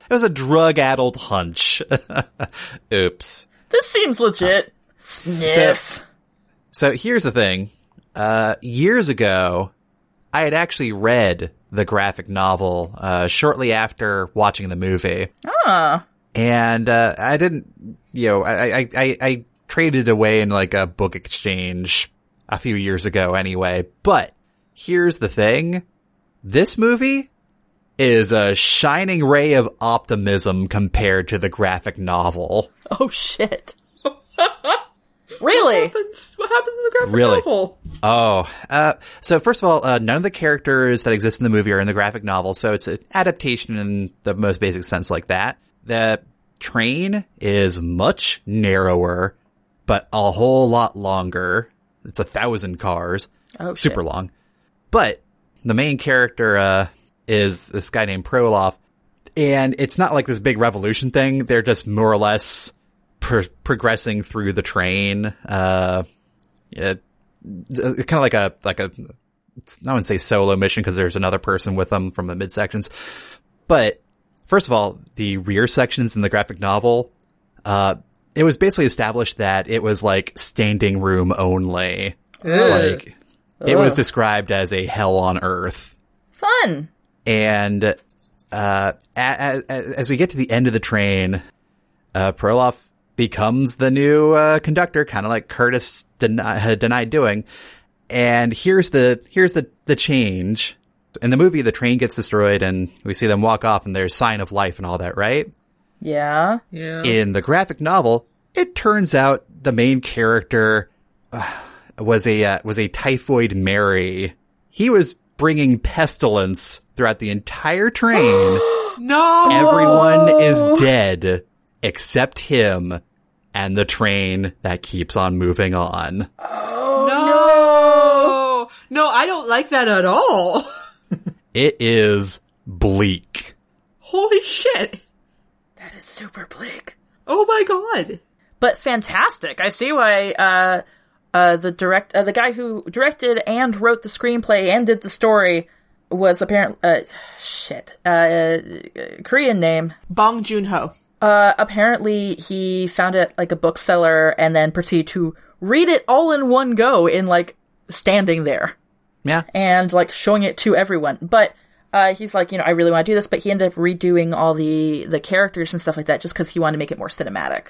[SPEAKER 2] It was a drug-addled hunch. [laughs] Oops.
[SPEAKER 1] This seems legit. Sniff.
[SPEAKER 2] So here's the thing. Uh, years ago, I had actually read the graphic novel uh, shortly after watching the movie.
[SPEAKER 1] Ah.
[SPEAKER 2] And uh, I didn't, you know, I, I, I, I traded away in like a book exchange a few years ago anyway. But here's the thing. This movie is a shining ray of optimism compared to the graphic novel.
[SPEAKER 1] Oh shit. [laughs] really?
[SPEAKER 3] Happens- What happens in the graphic
[SPEAKER 2] Really?
[SPEAKER 3] novel?
[SPEAKER 2] Oh, uh, so first of all, uh, none of the characters that exist in the movie are in the graphic novel, so it's an adaptation in the most basic sense like that. The train is much narrower, but a whole lot longer. It's a thousand cars.
[SPEAKER 1] Oh, shit.
[SPEAKER 2] super long. But the main character, uh, is this guy named Proloff, and it's not like this big revolution thing. They're just more or less pro- progressing through the train, uh, yeah, kind of like a like a I wouldn't say solo mission because there's another person with them from the mid sections. But first of all, the rear sections in the graphic novel, uh, it was basically established that it was like standing room only. Like it was described as a hell on earth.
[SPEAKER 1] Fun.
[SPEAKER 2] And uh, a- a- a- as we get to the end of the train, uh, Perloff becomes the new uh, conductor, kind of like Curtis deny- denied doing. And here's the here's the the change. In the movie, the train gets destroyed, and we see them walk off, and there's sign of life and all that, right?
[SPEAKER 1] Yeah.
[SPEAKER 3] Yeah.
[SPEAKER 2] in the graphic novel, it turns out the main character uh, was a uh, was a typhoid Mary. He was bringing pestilence throughout the entire train. [gasps]
[SPEAKER 3] No!
[SPEAKER 2] Everyone is dead except him and the train that keeps on moving on.
[SPEAKER 3] No! No, I don't like that at
[SPEAKER 5] [laughs]
[SPEAKER 3] all.
[SPEAKER 2] It is bleak.
[SPEAKER 3] Holy shit.
[SPEAKER 1] That is super bleak.
[SPEAKER 3] Oh my god.
[SPEAKER 1] But fantastic. I see why uh uh the direct uh, the guy who directed and wrote the screenplay and did the story was apparently uh shit. Uh, uh Korean name.
[SPEAKER 3] Bong Joon-ho.
[SPEAKER 1] Uh apparently he found it like a bookseller and then proceeded to read it all in one go in like standing there.
[SPEAKER 2] Yeah.
[SPEAKER 1] and like showing it to everyone. But uh, he's like, you know, I really want to do this, but he ended up redoing all the the characters and stuff like that just because he wanted to make it more cinematic.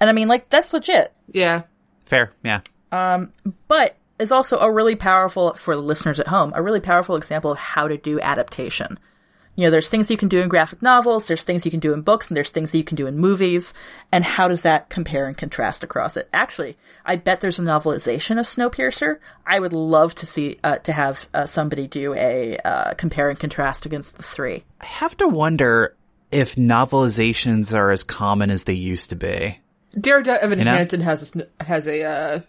[SPEAKER 1] And I mean, like that's legit,
[SPEAKER 3] Yeah.
[SPEAKER 2] Fair. Yeah.
[SPEAKER 1] but it's also a really powerful for the listeners at home, a really powerful example of how to do adaptation. You know, there's things you can do in graphic novels, there's things you can do in books, and there's things that you can do in movies. And how does that compare and contrast across it? Actually, I bet there's a novelization of Snowpiercer. I would love to see uh, to have uh, somebody do a uh, compare and contrast against the three.
[SPEAKER 2] I have to wonder if novelizations are as common as they used to be.
[SPEAKER 3] Dear De- Evan
[SPEAKER 2] know?
[SPEAKER 3] Hansen has a, sn- has a uh,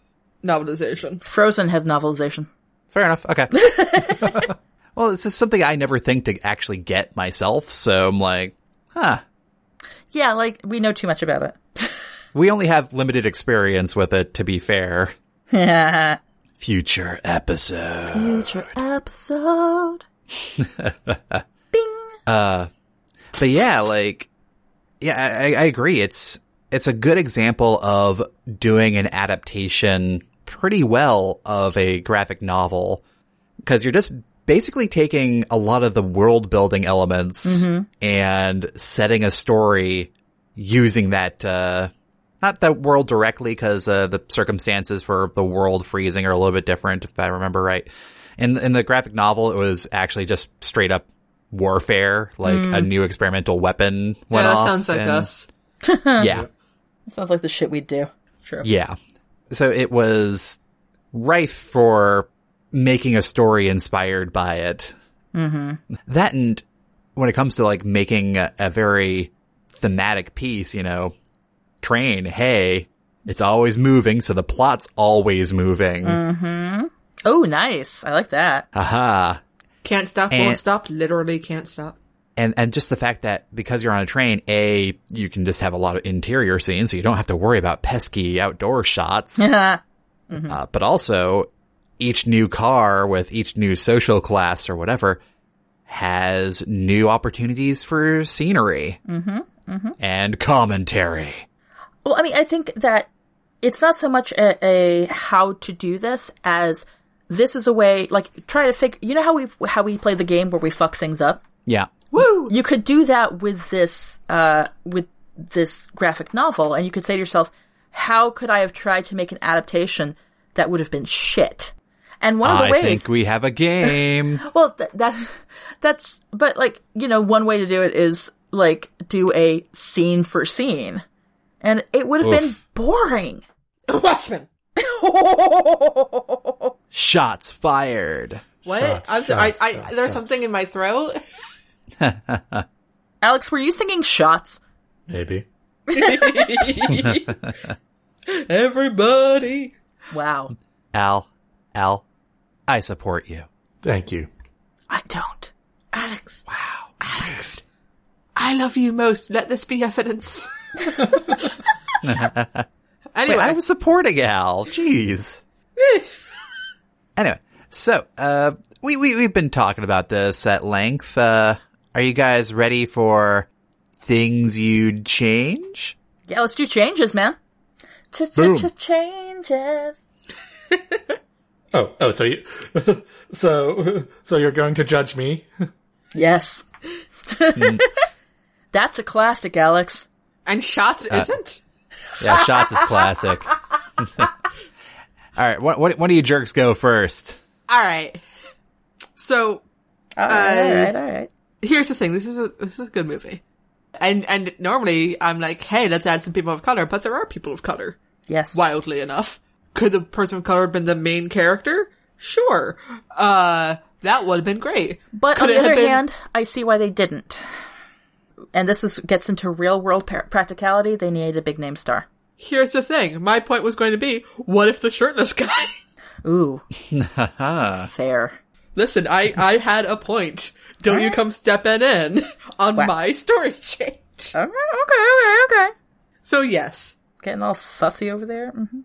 [SPEAKER 3] novelization.
[SPEAKER 1] Frozen has novelization.
[SPEAKER 2] Fair enough. Okay. [laughs] well, this is something I never think to actually get myself, so I'm like, huh.
[SPEAKER 1] Yeah, like we know too much about it.
[SPEAKER 2] We only have limited experience with it, to be fair.
[SPEAKER 1] [laughs]
[SPEAKER 2] Future episode.
[SPEAKER 1] Future episode.
[SPEAKER 2] But yeah, like, yeah, I, I- I agree. It's, it's a good example of doing an adaptation pretty well of a graphic novel. because you're just basically taking a lot of the world building elements and setting a story using that uh not the world directly because uh, the circumstances for the world freezing are a little bit different if i remember right in in the graphic novel it was actually just straight up warfare like a new experimental weapon
[SPEAKER 3] Yeah,
[SPEAKER 2] went
[SPEAKER 3] that
[SPEAKER 2] off
[SPEAKER 3] sounds like
[SPEAKER 2] and-
[SPEAKER 3] us.
[SPEAKER 2] yeah
[SPEAKER 1] Sounds like the shit we'd do.
[SPEAKER 2] yeah. So it was rife for making a story inspired by it. Mm-hmm. That and when it comes to like making a, a very thematic piece, you know, train, hey, it's always moving, so the plot's always moving.
[SPEAKER 1] Oh, nice. I like that. [laughs]
[SPEAKER 2] Aha.
[SPEAKER 3] Can't stop,
[SPEAKER 2] And-
[SPEAKER 3] won't stop, literally can't [laughs] stop.
[SPEAKER 2] and and just the fact that because you're on a train, a you can just have a lot of interior scenes, so you don't have to worry about pesky outdoor shots. Uh, but also, each new car with each new social class or whatever has new opportunities for scenery
[SPEAKER 1] Mm-hmm,
[SPEAKER 2] and commentary.
[SPEAKER 1] Well, I mean, I think that it's not so much a, a how to do this as this is a way, like try to figure. You know how we how we play the game where we fuck things up.
[SPEAKER 2] Yeah.
[SPEAKER 1] You could do that with this uh, with this graphic novel, and you could say to yourself, "How could I have tried to make an adaptation that would have been shit?" And one of the
[SPEAKER 2] Ah, I
[SPEAKER 1] ways,
[SPEAKER 2] think we have a
[SPEAKER 1] [laughs]
[SPEAKER 2] game.
[SPEAKER 1] well, th- that that's but like you know, one way to do it is like do a scene for scene, and it would have been boring. [laughs]
[SPEAKER 5] Watchmen.
[SPEAKER 2] Shots fired.
[SPEAKER 5] What?
[SPEAKER 4] Shots,
[SPEAKER 5] I'm sorry.
[SPEAKER 4] shots,
[SPEAKER 5] I, I,
[SPEAKER 4] shots,
[SPEAKER 5] there's something in my throat.
[SPEAKER 2] [laughs]
[SPEAKER 1] Alex, were you singing shots?
[SPEAKER 4] Maybe.
[SPEAKER 5] Everybody.
[SPEAKER 1] Wow,
[SPEAKER 2] Al, Al, I support you.
[SPEAKER 4] Thank you.
[SPEAKER 1] I don't.
[SPEAKER 5] Alex. Wow. Alex. I love you most. Let this
[SPEAKER 2] [laughs]
[SPEAKER 5] be evidence. anyway,
[SPEAKER 2] Wait, I was supporting Al. Jeez. anyway, so uh, we we we've been talking about this at length. Uh, are you guys ready for things you'd change?
[SPEAKER 1] Yeah, let's do changes, man.
[SPEAKER 4] Boom.
[SPEAKER 1] Changes.
[SPEAKER 4] Oh, oh, so you, [laughs] so, [laughs] so you're going to judge me?
[SPEAKER 1] Yes. [laughs] That's a classic, Alex.
[SPEAKER 5] and shots
[SPEAKER 2] Uh,
[SPEAKER 5] isn't.
[SPEAKER 2] Yeah, shots is classic. [laughs] All right, what what what do you jerks go first?
[SPEAKER 5] All right. So
[SPEAKER 1] All right, all right, all right.
[SPEAKER 5] here's the thing. This is a, this is a good movie. And, and normally I'm like, hey, let's add some people of color, but there are people of color.
[SPEAKER 1] Yes.
[SPEAKER 5] wildly enough. Could the person of color have been the main character? Sure. Uh, that would have been great.
[SPEAKER 1] But on
[SPEAKER 5] Could it
[SPEAKER 1] the
[SPEAKER 5] have
[SPEAKER 1] other
[SPEAKER 5] been-
[SPEAKER 1] hand, I see why they didn't. And this is gets into real world par- practicality. They needed a big name star.
[SPEAKER 5] here's the thing. My point was going to be, what if the shirtless guy? [laughs]
[SPEAKER 1] Ooh. Fair.
[SPEAKER 5] Listen, I, I had a point. Don't you come stepping in on
[SPEAKER 1] Wow.
[SPEAKER 5] my story [laughs] change.
[SPEAKER 1] All right, Uh, okay, okay, okay.
[SPEAKER 5] So yes.
[SPEAKER 1] Getting all fussy over there. hmm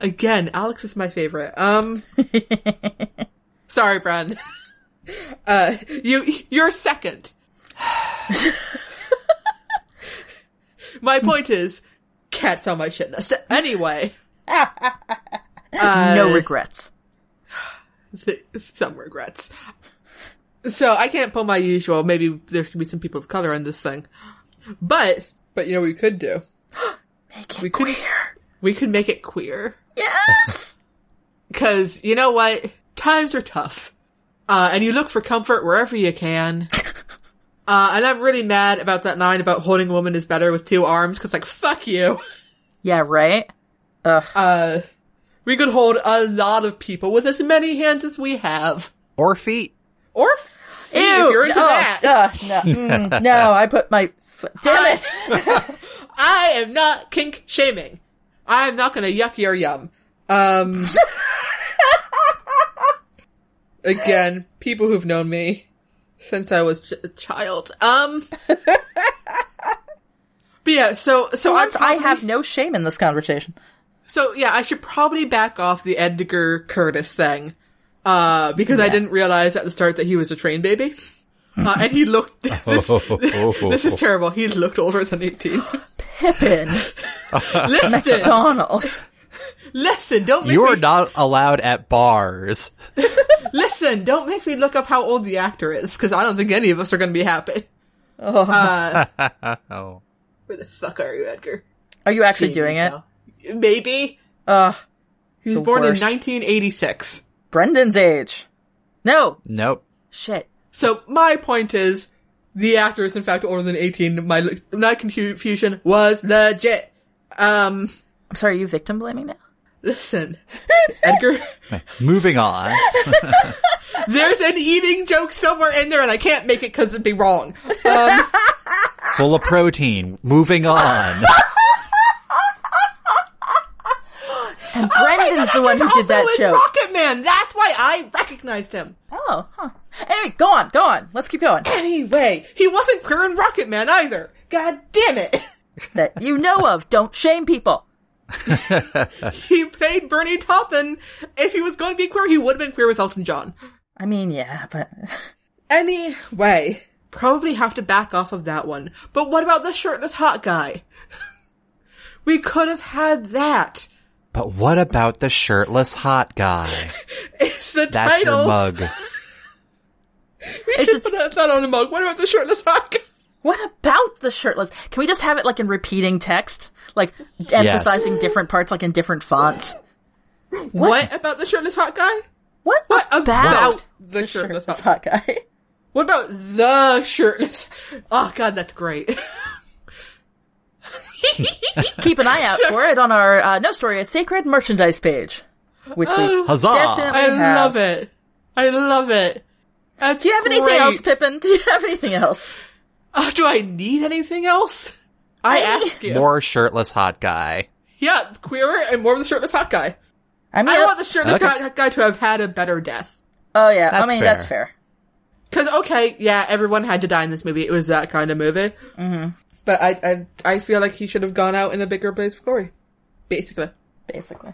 [SPEAKER 5] Again, Alex is my favorite. [laughs] Um, sorry, Bren. [laughs] Uh, you, you're [laughs] second. my point is, cats on my shit list. Anyway, [laughs] Uh,
[SPEAKER 1] no regrets.
[SPEAKER 5] th- some regrets. So I can't pull my usual. Maybe there could be some people of color in this thing. But, but you know what we could do?
[SPEAKER 1] Make
[SPEAKER 5] We
[SPEAKER 1] it
[SPEAKER 5] could-
[SPEAKER 1] queer.
[SPEAKER 5] We could make it queer.
[SPEAKER 1] Yes. [laughs]
[SPEAKER 5] Cause you know what? Times are tough. Uh, and you look for comfort wherever you
[SPEAKER 1] [laughs]
[SPEAKER 5] can. Uh, and I'm really mad about that line about holding a woman is better with two arms, cause like,
[SPEAKER 1] [laughs]
[SPEAKER 5] fuck you.
[SPEAKER 1] yeah. Right.
[SPEAKER 5] Uh, we could hold a lot of people with as many hands as we have.
[SPEAKER 2] Or feet?
[SPEAKER 5] Or, feet, if you're into
[SPEAKER 1] oh,
[SPEAKER 5] that.
[SPEAKER 1] uh,
[SPEAKER 5] [laughs]
[SPEAKER 1] no, mm, no, I put my foot. Damn [laughs] it.
[SPEAKER 5] I am not kink shaming. I'm not gonna yuck your yum. Um. [laughs] again, people who've known me since I was a child. [laughs] Um. but yeah, so so
[SPEAKER 1] For
[SPEAKER 5] I'm
[SPEAKER 1] once, I
[SPEAKER 5] probably-
[SPEAKER 1] have no shame in this
[SPEAKER 5] [laughs]
[SPEAKER 1] conversation.
[SPEAKER 5] so yeah, I should probably back off the Edgar Curtis thing. Uh, because I didn't realize at the start that he was a train baby. Uh, and he looked, [laughs] this, this is terrible. He looked older than [laughs] 18.
[SPEAKER 1] Pippin,
[SPEAKER 5] Listen,
[SPEAKER 1] Donald.
[SPEAKER 5] listen, don't make
[SPEAKER 2] You're
[SPEAKER 5] me-
[SPEAKER 2] not allowed at bars.
[SPEAKER 5] Listen, don't make me look up how old the actor is, because I don't think any of us are going to be happy.
[SPEAKER 2] [laughs]
[SPEAKER 1] [laughs]
[SPEAKER 5] Uh,
[SPEAKER 2] Oh.
[SPEAKER 5] Where the fuck are you, Edgar?
[SPEAKER 1] Are you actually doing it?
[SPEAKER 5] Maybe.
[SPEAKER 1] Ugh,
[SPEAKER 5] He was
[SPEAKER 1] The
[SPEAKER 5] born
[SPEAKER 1] worst.
[SPEAKER 5] in 1986.
[SPEAKER 1] Brendan's age. No.
[SPEAKER 2] Nope.
[SPEAKER 1] Shit.
[SPEAKER 5] So my point is, the actor is in fact older than 18. My li- my confusion was legit. Um,
[SPEAKER 1] I'm sorry, are you victim blaming now?
[SPEAKER 5] listen,
[SPEAKER 1] [laughs]
[SPEAKER 5] Edgar,
[SPEAKER 2] Moving on.
[SPEAKER 5] there's an eating joke somewhere in there, and I can't make it because it'd be wrong. Um,
[SPEAKER 2] Full of protein. Moving on.
[SPEAKER 5] Oh
[SPEAKER 1] And Brendan's the one [laughs] who did
[SPEAKER 5] also
[SPEAKER 1] that
[SPEAKER 5] in
[SPEAKER 1] joke.
[SPEAKER 5] Rocket Man. That's why I recognized him.
[SPEAKER 1] oh, huh. Anyway, go on, go on. Let's keep going.
[SPEAKER 5] Anyway, he wasn't queer in Rocket Man either. God damn it. [laughs]
[SPEAKER 1] that you know of. Don't shame people.
[SPEAKER 5] he played Bernie Taupin. If he was going to be queer, he would have been queer with Elton John.
[SPEAKER 1] I mean, yeah, but [laughs]
[SPEAKER 5] Anyway, probably have to back off of that one. But what about the shirtless hot guy? [laughs] we could have had that.
[SPEAKER 2] But what about the shirtless hot guy?
[SPEAKER 5] It's the
[SPEAKER 2] That's
[SPEAKER 5] title.
[SPEAKER 2] your mug.
[SPEAKER 5] We should put that- that on a mug. What about the shirtless hot guy?
[SPEAKER 1] what about the shirtless? Can we just have it like in repeating text? Like emphasizing different parts like in different fonts?
[SPEAKER 5] What, about the shirtless hot guy?
[SPEAKER 1] What,
[SPEAKER 5] What
[SPEAKER 1] about,
[SPEAKER 5] about the, shirtless,
[SPEAKER 1] shirtless
[SPEAKER 5] hot
[SPEAKER 1] hot
[SPEAKER 5] [laughs]
[SPEAKER 1] guy?
[SPEAKER 5] What about the shirtless? [laughs] Oh god, that's great.
[SPEAKER 1] Keep an eye out for it on our uh, No Story is Sacred merchandise page, which we
[SPEAKER 5] Oh,
[SPEAKER 2] Huzzah!
[SPEAKER 1] definitely
[SPEAKER 5] I
[SPEAKER 1] have.
[SPEAKER 5] love it. I love it. That's
[SPEAKER 1] Do you have anything
[SPEAKER 5] great.
[SPEAKER 1] else, Pippin? Do you have anything else?
[SPEAKER 5] Oh, do I need anything else? I ask you.
[SPEAKER 2] More shirtless hot guy.
[SPEAKER 5] yeah, queerer and more of the shirtless hot guy.
[SPEAKER 1] I mean,
[SPEAKER 5] I want the shirtless
[SPEAKER 2] Okay.
[SPEAKER 5] hot guy to have had a better death.
[SPEAKER 1] oh yeah, I
[SPEAKER 2] That's
[SPEAKER 1] mean
[SPEAKER 2] fair.
[SPEAKER 1] that's fair.
[SPEAKER 5] Because okay, yeah, everyone had to die in this movie. It was that kind of movie. Mm-hmm. But I, I, I feel like he should have gone out in a bigger blaze of glory. Basically,
[SPEAKER 1] Basically,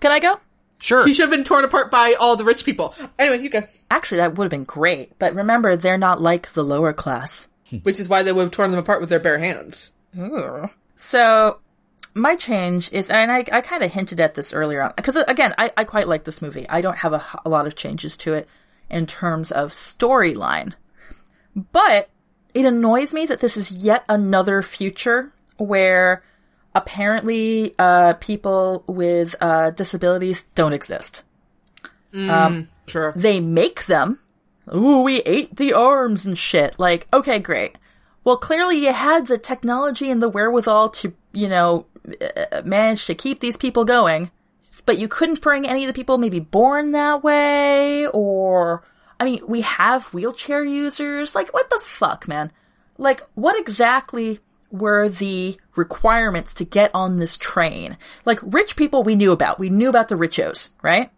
[SPEAKER 1] can I go?
[SPEAKER 2] Sure.
[SPEAKER 5] he should have been torn apart by all the rich people. Anyway, you go.
[SPEAKER 1] Actually, that would have been great, but remember, they're not like the lower class.
[SPEAKER 5] Which is why they would have torn them apart with their bare hands.
[SPEAKER 1] Ooh. So, my change is, and I, I kind of hinted at this earlier on, because again, I, I quite like this movie. I don't have a, h- a lot of changes to it in terms of storyline. But it annoys me that this is yet another future where apparently uh, people with uh, disabilities don't exist.
[SPEAKER 5] Sure.
[SPEAKER 1] They make them. Ooh, we ate the arms and shit. Like, okay, great. Well, clearly you had the technology and the wherewithal to, you know, uh, manage to keep these people going, but you couldn't bring any of the people maybe born that way or, I mean, we have wheelchair users. Like, what the fuck, man? Like, what exactly were the requirements to get on this train? Like, rich people we knew about. We knew about the richos, right?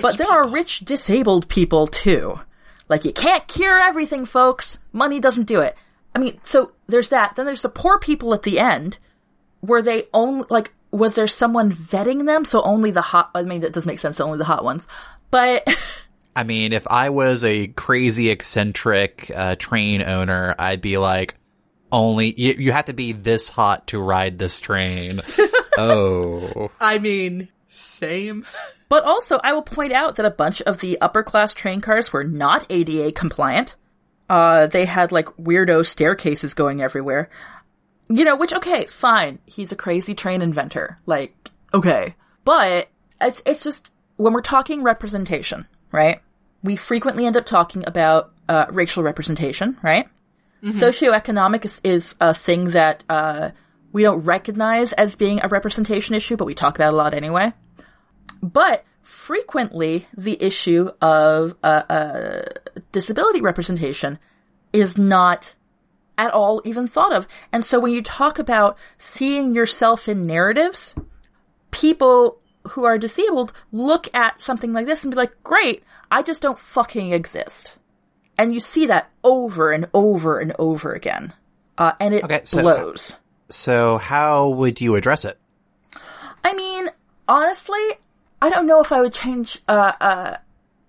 [SPEAKER 1] but there are rich disabled people too. Like you can't cure everything, folks. Money doesn't do it. I mean, so there's that. Then there's the poor people at the end. Were they only like? Was there someone vetting them? So only the hot. I mean, that does make sense. Only the hot ones. But [laughs]
[SPEAKER 2] I mean, if I was a crazy eccentric uh, train owner, I'd be like, only you, you have to be this hot to ride this train. oh,
[SPEAKER 5] I mean, same.
[SPEAKER 1] But also, I will point out that a bunch of the upper class train cars were not ADA compliant. Uh, they had like weirdo staircases going everywhere. You know, which, okay, fine. He's a crazy train inventor. Like, okay. But it's, it's just, when we're talking representation, right? We frequently end up talking about, uh, racial representation, right? Socioeconomic is, is a thing that, uh, we don't recognize as being a representation issue, but we talk about it a lot anyway but frequently the issue of uh, uh, disability representation is not at all even thought of. And so when you talk about seeing yourself in narratives, people who are disabled look at something like this and be like, great, I just don't fucking exist. And you see that over and over and over again. Uh, and it
[SPEAKER 2] Okay, so-
[SPEAKER 1] blows.
[SPEAKER 2] so how would you address it?
[SPEAKER 1] I mean, honestly, I don't know if I would change. Uh, uh,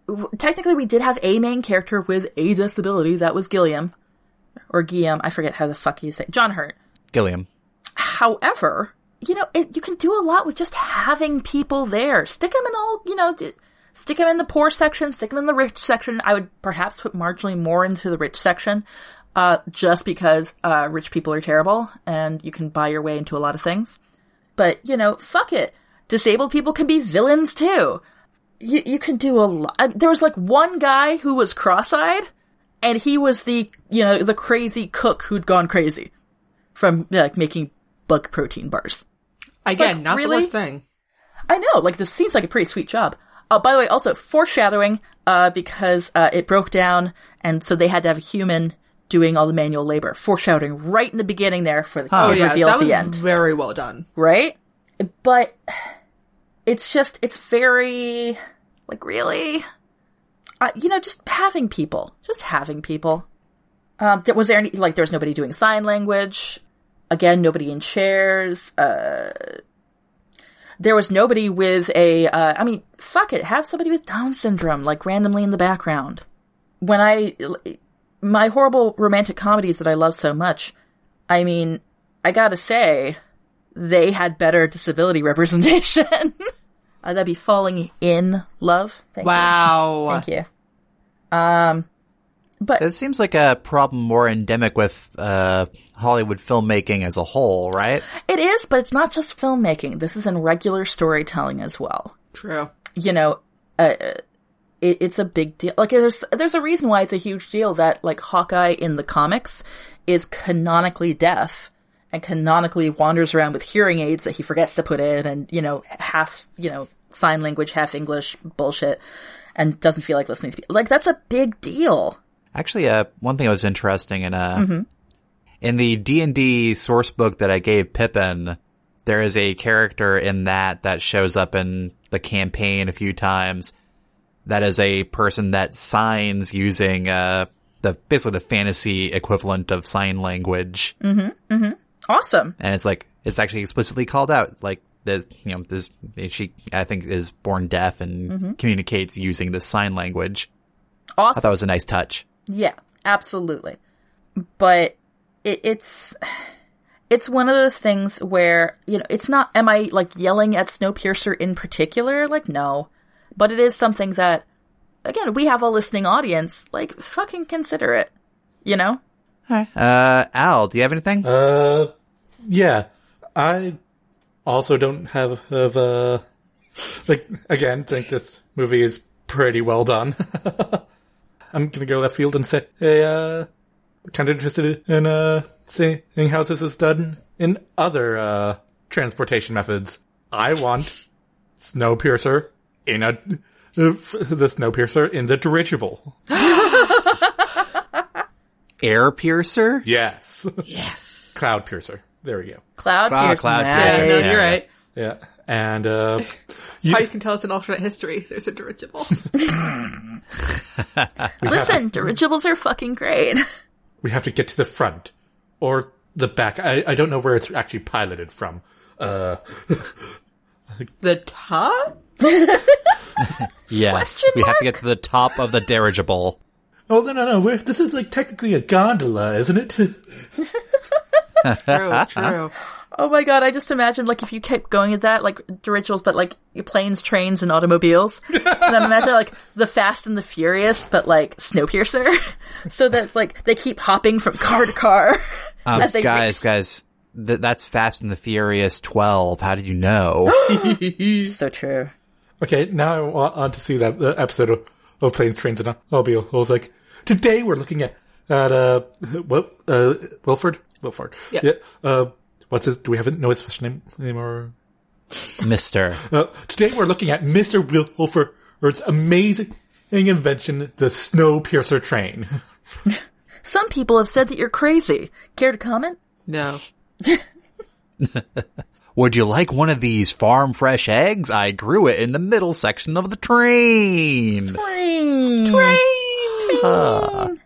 [SPEAKER 1] w- technically, we did have a main character with a disability. That was Gilliam, or Guillaume. I forget how the fuck you say John Hurt.
[SPEAKER 2] Gilliam.
[SPEAKER 1] However, you know, it, you can do a lot with just having people there. Stick them in all, you know, d- stick them in the poor section, stick them in the rich section. I would perhaps put marginally more into the rich section, uh, just because, uh, rich people are terrible and you can buy your way into a lot of things. But, you know, fuck it. Disabled people can be villains too. You, you can do a lot. There was like one guy who was cross-eyed and he was the, you know, the crazy cook who'd gone crazy from like making bug protein bars.
[SPEAKER 5] Again,
[SPEAKER 1] Like,
[SPEAKER 5] not
[SPEAKER 1] really?
[SPEAKER 5] the worst thing.
[SPEAKER 1] I know, like this seems like a pretty sweet job. Uh, by the way, also foreshadowing, uh, because uh, it broke down, and so they had to have a human doing all the manual labor. Foreshadowing right in the beginning there for the
[SPEAKER 5] Oh
[SPEAKER 1] kid
[SPEAKER 5] yeah,
[SPEAKER 1] reveal
[SPEAKER 5] that
[SPEAKER 1] at
[SPEAKER 5] was
[SPEAKER 1] the end,
[SPEAKER 5] very well done.
[SPEAKER 1] right? But it's just it's very like really, uh, you know, just having people, just having people. Um, there, was there any like there was nobody doing sign language? Again, nobody in chairs. uh, there was nobody with a, uh, I mean, fuck it, have somebody with Down syndrome, like randomly in the background. When I, my horrible romantic comedies that I love so much, I mean, I gotta say, they had better disability [laughs] representation. [laughs] uh, that'd be falling in love. Thank
[SPEAKER 5] Wow.
[SPEAKER 1] You. Thank you.
[SPEAKER 2] That seems like a problem more endemic with uh, Hollywood filmmaking as a whole, right?
[SPEAKER 1] It is, but it's not just filmmaking. This is in regular storytelling as well.
[SPEAKER 5] True.
[SPEAKER 1] You know, uh, it, it's a big deal. Like there's there's a reason why it's a huge deal that like Hawkeye in the comics is canonically deaf and canonically wanders around with hearing aids that he forgets to put in and you know half you know sign language half English bullshit and doesn't feel like listening to people. Like that's a big deal.
[SPEAKER 2] Actually, uh, one thing that was interesting in uh, in the D and D source book that I gave Pippin, there is a character in that that shows up in the campaign a few times. That is a person that signs using uh, the basically the fantasy equivalent of sign language,
[SPEAKER 1] Awesome.
[SPEAKER 2] and it's like it's actually explicitly called out. Like there's you know there's she I think is born deaf and communicates using this sign language. I
[SPEAKER 1] Awesome.
[SPEAKER 2] thought it was a nice touch.
[SPEAKER 1] Yeah, absolutely. But it, it's it's one of those things where you know it's not. Am I like yelling at Snowpiercer in particular? Like no, but it is something that again we have a listening audience. Like fucking consider it. You know,
[SPEAKER 2] Uh, Al, do you have anything?
[SPEAKER 4] Uh, yeah. I also don't have, have uh, like, again, think this movie is pretty well done. [laughs] I'm gonna go left field and say, hey, uh, kind of interested in, uh, seeing how this is done in other, uh, transportation methods. I want Snowpiercer in a, the Snowpiercer in the dirigible.
[SPEAKER 2] Air piercer?
[SPEAKER 4] Yes.
[SPEAKER 5] Yes.
[SPEAKER 4] Cloud Piercer. There we go.
[SPEAKER 1] cloud,
[SPEAKER 2] Ah,
[SPEAKER 1] piercing,
[SPEAKER 2] cloud
[SPEAKER 1] nice.
[SPEAKER 2] piercing,
[SPEAKER 5] No,
[SPEAKER 2] Yeah.
[SPEAKER 5] [laughs] you're right.
[SPEAKER 4] Yeah. And, uh,
[SPEAKER 3] How you can tell us an alternate history. There's a dirigible. [laughs]
[SPEAKER 1] Listen, dirigibles are fucking great. [laughs]
[SPEAKER 4] we have to get to the front or the back. I, I don't know where it's actually piloted from. Uh,
[SPEAKER 3] the top?
[SPEAKER 2] Yes. We have to get to the top of
[SPEAKER 3] [laughs]
[SPEAKER 2] the dirigible.
[SPEAKER 4] oh no no no! We're, this is like technically a gondola, isn't it?
[SPEAKER 3] True,
[SPEAKER 1] Uh-huh.
[SPEAKER 3] true.
[SPEAKER 1] Oh my god, I just imagined like if you kept going at that, like dirigibles, but like planes, trains, and automobiles. and I'm imagining like the Fast and the Furious, but like Snowpiercer. [laughs] so that's like they keep hopping from car to car. [laughs]
[SPEAKER 2] Um,
[SPEAKER 1] as they
[SPEAKER 2] guys, guys, th- that's Fast and the Furious 12. How did you know?
[SPEAKER 3] [gasps]
[SPEAKER 1] race. so true.
[SPEAKER 4] Okay, now I want want to see that the episode of, of Planes, Trains, and Automobiles. I was like, today we're looking at at uh, Wil- uh Wilford, Wilford. Yeah. Uh, what's his? Do we have a, know his first name anymore?
[SPEAKER 2] Mister.
[SPEAKER 4] Uh, today we're looking at Mr. Wilford's amazing invention, the snow piercer train. [laughs]
[SPEAKER 1] Some people have said that you're crazy. Care to comment?
[SPEAKER 3] No.
[SPEAKER 2] Would you like one of these farm fresh eggs? I grew it in the middle section of the train.
[SPEAKER 4] Now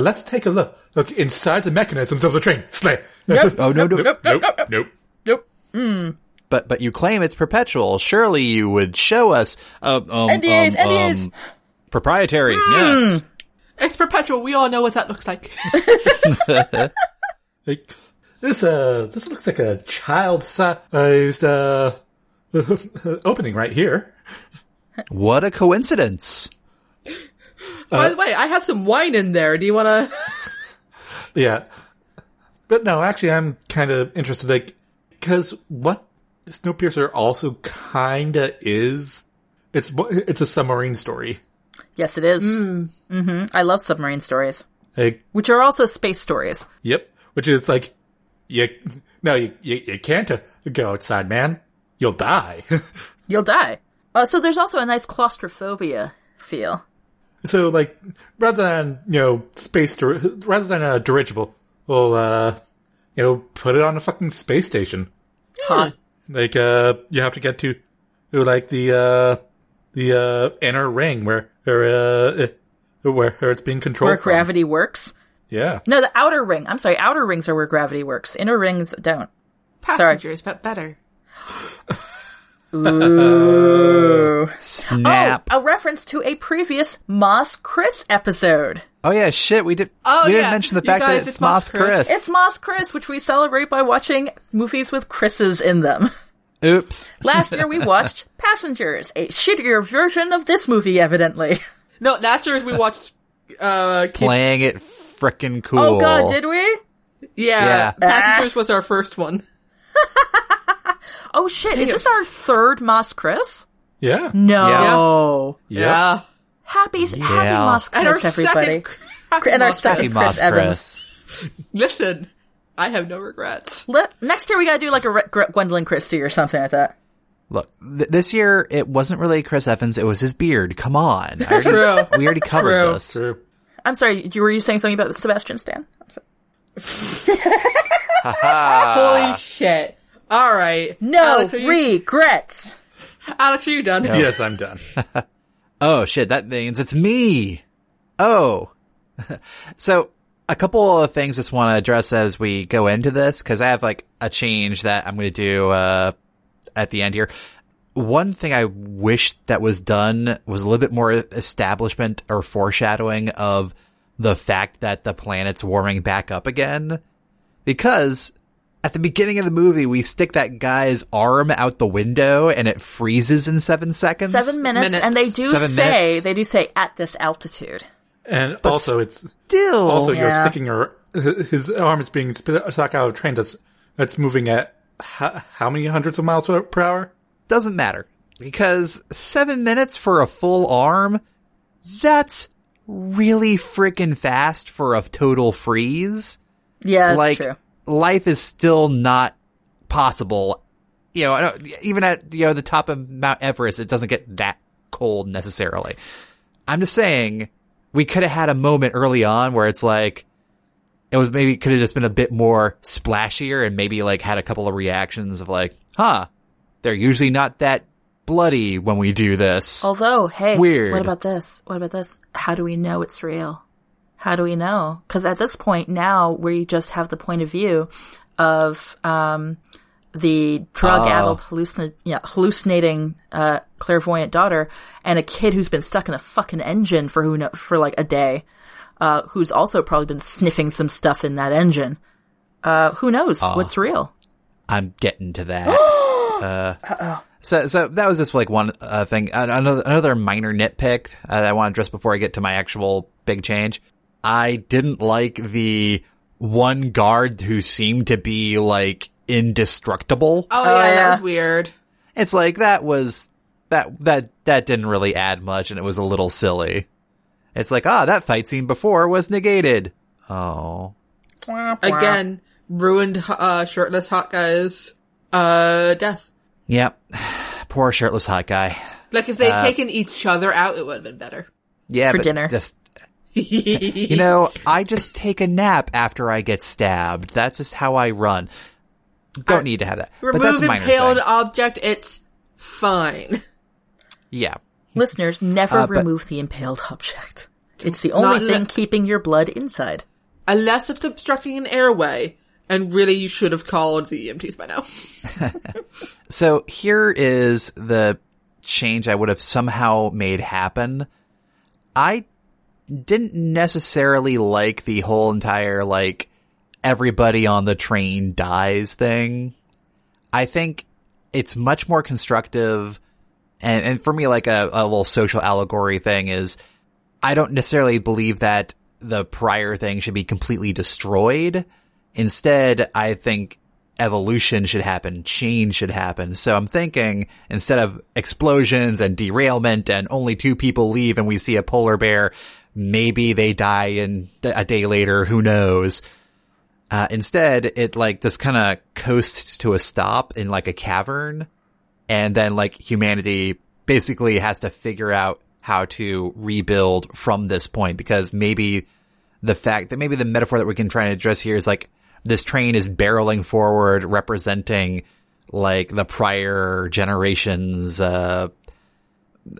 [SPEAKER 4] let's take a look. Look inside the mechanisms of the train. Slay. [laughs]
[SPEAKER 2] Oh, no, no.
[SPEAKER 4] nope, nope.
[SPEAKER 1] Nope.
[SPEAKER 2] But, but you claim it's perpetual. Surely you would show us, uh, um, um,
[SPEAKER 1] NDAs,
[SPEAKER 2] um,
[SPEAKER 1] NDAs.
[SPEAKER 2] proprietary.
[SPEAKER 3] Hmm.
[SPEAKER 2] Yes.
[SPEAKER 3] It's perpetual. We all know what that looks like. [laughs]
[SPEAKER 4] Like, this uh, this looks like a child-sized uh [laughs] opening right here.
[SPEAKER 2] What a coincidence.
[SPEAKER 3] Oh.
[SPEAKER 5] By
[SPEAKER 1] Uh,
[SPEAKER 5] the way, I have some wine in there. Do you want to?
[SPEAKER 4] Yeah. But no, actually, I'm kind of interested, like, because what Snowpiercer also kinda is, it's mo- it's a submarine story.
[SPEAKER 1] Yes, it is. hmm I love submarine stories,
[SPEAKER 4] Like,
[SPEAKER 1] which are also space stories.
[SPEAKER 4] Yep. Which is like, you, no, you, you, you can't uh, go outside, man. You'll die. [laughs]
[SPEAKER 1] You'll die. Uh, so there's also a nice claustrophobia feel.
[SPEAKER 4] so like, rather than, you know, space, dir- rather than a dirigible, we'll, uh, you know, put it on a fucking space station.
[SPEAKER 3] Huh.
[SPEAKER 4] Like, uh, you have to get to, to, like the, uh, the, uh, inner ring where, where, uh, eh, where it's being controlled.
[SPEAKER 1] Where
[SPEAKER 4] from.
[SPEAKER 1] gravity works.
[SPEAKER 4] Yeah.
[SPEAKER 1] No, the outer ring. I'm sorry, outer rings are where gravity works. Inner rings don't.
[SPEAKER 3] Passengers, but better.
[SPEAKER 2] Snap.
[SPEAKER 1] Oh, A reference to a previous Moss Chris episode.
[SPEAKER 2] Oh, yeah, shit. We did.
[SPEAKER 3] Oh,
[SPEAKER 2] we didn't
[SPEAKER 3] yeah.
[SPEAKER 2] mention the
[SPEAKER 3] You
[SPEAKER 2] fact
[SPEAKER 3] guys,
[SPEAKER 2] that it's
[SPEAKER 3] it's Moss
[SPEAKER 2] Moss Chris.
[SPEAKER 1] It's Moss Chris, which we celebrate by watching movies with Chris's in them.
[SPEAKER 2] Oops.
[SPEAKER 1] Last year we watched Passengers, a shittier version of this movie, evidently.
[SPEAKER 3] No, last year we watched, uh, Kid-
[SPEAKER 2] Playing it frickin' cool.
[SPEAKER 1] Oh god, did we?
[SPEAKER 3] yeah,
[SPEAKER 2] Yeah.
[SPEAKER 3] Passengers was our first one.
[SPEAKER 1] Oh shit, is this our third Moss Chris?
[SPEAKER 4] Yeah.
[SPEAKER 1] No.
[SPEAKER 4] Yep.
[SPEAKER 3] Yeah.
[SPEAKER 1] Happy, happy
[SPEAKER 2] Yeah.
[SPEAKER 1] Moss Chris,
[SPEAKER 3] And our
[SPEAKER 1] everybody.
[SPEAKER 3] second, Happy
[SPEAKER 1] and our
[SPEAKER 3] Moss
[SPEAKER 1] second
[SPEAKER 2] Happy
[SPEAKER 1] Chris
[SPEAKER 2] Moss
[SPEAKER 1] Evans.
[SPEAKER 2] Chris.
[SPEAKER 3] Listen, I have no regrets.
[SPEAKER 1] Let, next year we gotta do like a Re- Gre- Gwendolyn Christie or something like that.
[SPEAKER 2] Look, th- this year it wasn't really Chris Evans; it was his beard. Come on, I already-
[SPEAKER 3] True.
[SPEAKER 2] we already covered
[SPEAKER 3] True.
[SPEAKER 2] this.
[SPEAKER 4] True.
[SPEAKER 1] I'm sorry, you, were you saying something about Sebastian Stan? I'm sorry.
[SPEAKER 2] Ah.
[SPEAKER 3] Holy shit. All right.
[SPEAKER 2] Oh,
[SPEAKER 1] No
[SPEAKER 3] Alex, are you,
[SPEAKER 1] regrets.
[SPEAKER 3] Alex, are you done?
[SPEAKER 4] Yes, I'm done.
[SPEAKER 2] Oh shit, that means it's me. Oh. [laughs] so a couple of things just want to address as we go into this because I have like a change that I'm going to do uh at the end here. One thing I wish that was done was a little bit more establishment or foreshadowing of the fact that the planet's warming back up again because at the beginning of the movie we stick that guy's arm out the window and it freezes in 7 seconds.
[SPEAKER 1] seven minutes,
[SPEAKER 3] minutes.
[SPEAKER 1] and they do
[SPEAKER 2] Seven
[SPEAKER 1] say
[SPEAKER 2] minutes.
[SPEAKER 1] they do say at this altitude.
[SPEAKER 4] And also, it's
[SPEAKER 2] Still
[SPEAKER 4] also you're
[SPEAKER 1] Yeah.
[SPEAKER 4] sticking your his arm is being sp- stuck out of a train that's that's moving at how, how many hundreds of miles per hour?
[SPEAKER 2] doesn't matter because seven minutes for a full arm, that's really freaking fast for a total freeze.
[SPEAKER 1] Yeah, that's
[SPEAKER 2] like
[SPEAKER 1] true.
[SPEAKER 2] life is still not possible. You know, I don't- even at you know the top of Mount Everest, it doesn't get that cold necessarily. I'm just saying we could have had a moment early on where it's like it was maybe could have just been a bit more splashier and maybe like had a couple of reactions of like, huh, they're usually not that bloody when we do this.
[SPEAKER 1] Although, hey,
[SPEAKER 2] Weird.
[SPEAKER 1] what about this? What about this? How do we know it's real? How do we know? Because at this point now, we just have the point of view of um, the drug-addled, hallucina- yeah, hallucinating, uh, clairvoyant daughter, and a kid who's been stuck in a fucking engine for who know- for like a day, uh, who's also probably been sniffing some stuff in that engine. Uh, who knows what's real?
[SPEAKER 2] I'm getting
[SPEAKER 1] [gasps]
[SPEAKER 2] to that. uh, so, so that was just like one uh, thing. An- Another, another minor nitpick uh, that I want to address before I get to my actual big change. I didn't like the one guard who seemed to be like indestructible.
[SPEAKER 3] Oh,
[SPEAKER 1] Oh,
[SPEAKER 3] yeah,
[SPEAKER 1] yeah.
[SPEAKER 3] that was weird.
[SPEAKER 2] It's like that was that that that didn't really add much, and it was a little silly. It's like ah, that fight scene before was negated. Oh,
[SPEAKER 3] Again, ruined uh, shirtless hot guys. Uh, death.
[SPEAKER 2] yep. [sighs] Poor shirtless hot guy.
[SPEAKER 3] Like if they'd
[SPEAKER 2] Uh,
[SPEAKER 3] taken each other out, it would have been better. [laughs]
[SPEAKER 2] Yeah,
[SPEAKER 1] For
[SPEAKER 2] but
[SPEAKER 1] dinner.
[SPEAKER 2] Just You know, I just take a nap after I get stabbed. That's just how I run. Don't need to have that. But that's
[SPEAKER 3] Remove
[SPEAKER 2] a minor
[SPEAKER 3] impaled
[SPEAKER 2] thing.
[SPEAKER 3] object. It's fine. [laughs]
[SPEAKER 2] Yeah.
[SPEAKER 1] Listeners, never
[SPEAKER 2] Uh, but-
[SPEAKER 1] remove the impaled object. It's the only
[SPEAKER 3] Not
[SPEAKER 1] thing
[SPEAKER 3] le-
[SPEAKER 1] keeping your blood inside.
[SPEAKER 3] Unless it's obstructing an airway, and really, you should have called the EMTs by now.
[SPEAKER 2] So here is the change I would have somehow made happen. I didn't necessarily like the whole entire, like, everybody on the train dies thing. I think it's much more constructive. And, and for me, like a, a little social allegory thing is I don't necessarily believe that the prior thing should be completely destroyed. Instead, I think evolution should happen, change should happen. So I'm thinking instead of explosions and derailment and only two people leave and we see a polar bear, maybe they die in a day later, who knows. Uh, instead, it like this kind of coasts to a stop in like a cavern and then like humanity basically has to figure out how to rebuild from this point because maybe the fact that maybe the metaphor that we can try and address here is like this train is barreling forward representing like the prior generations uh,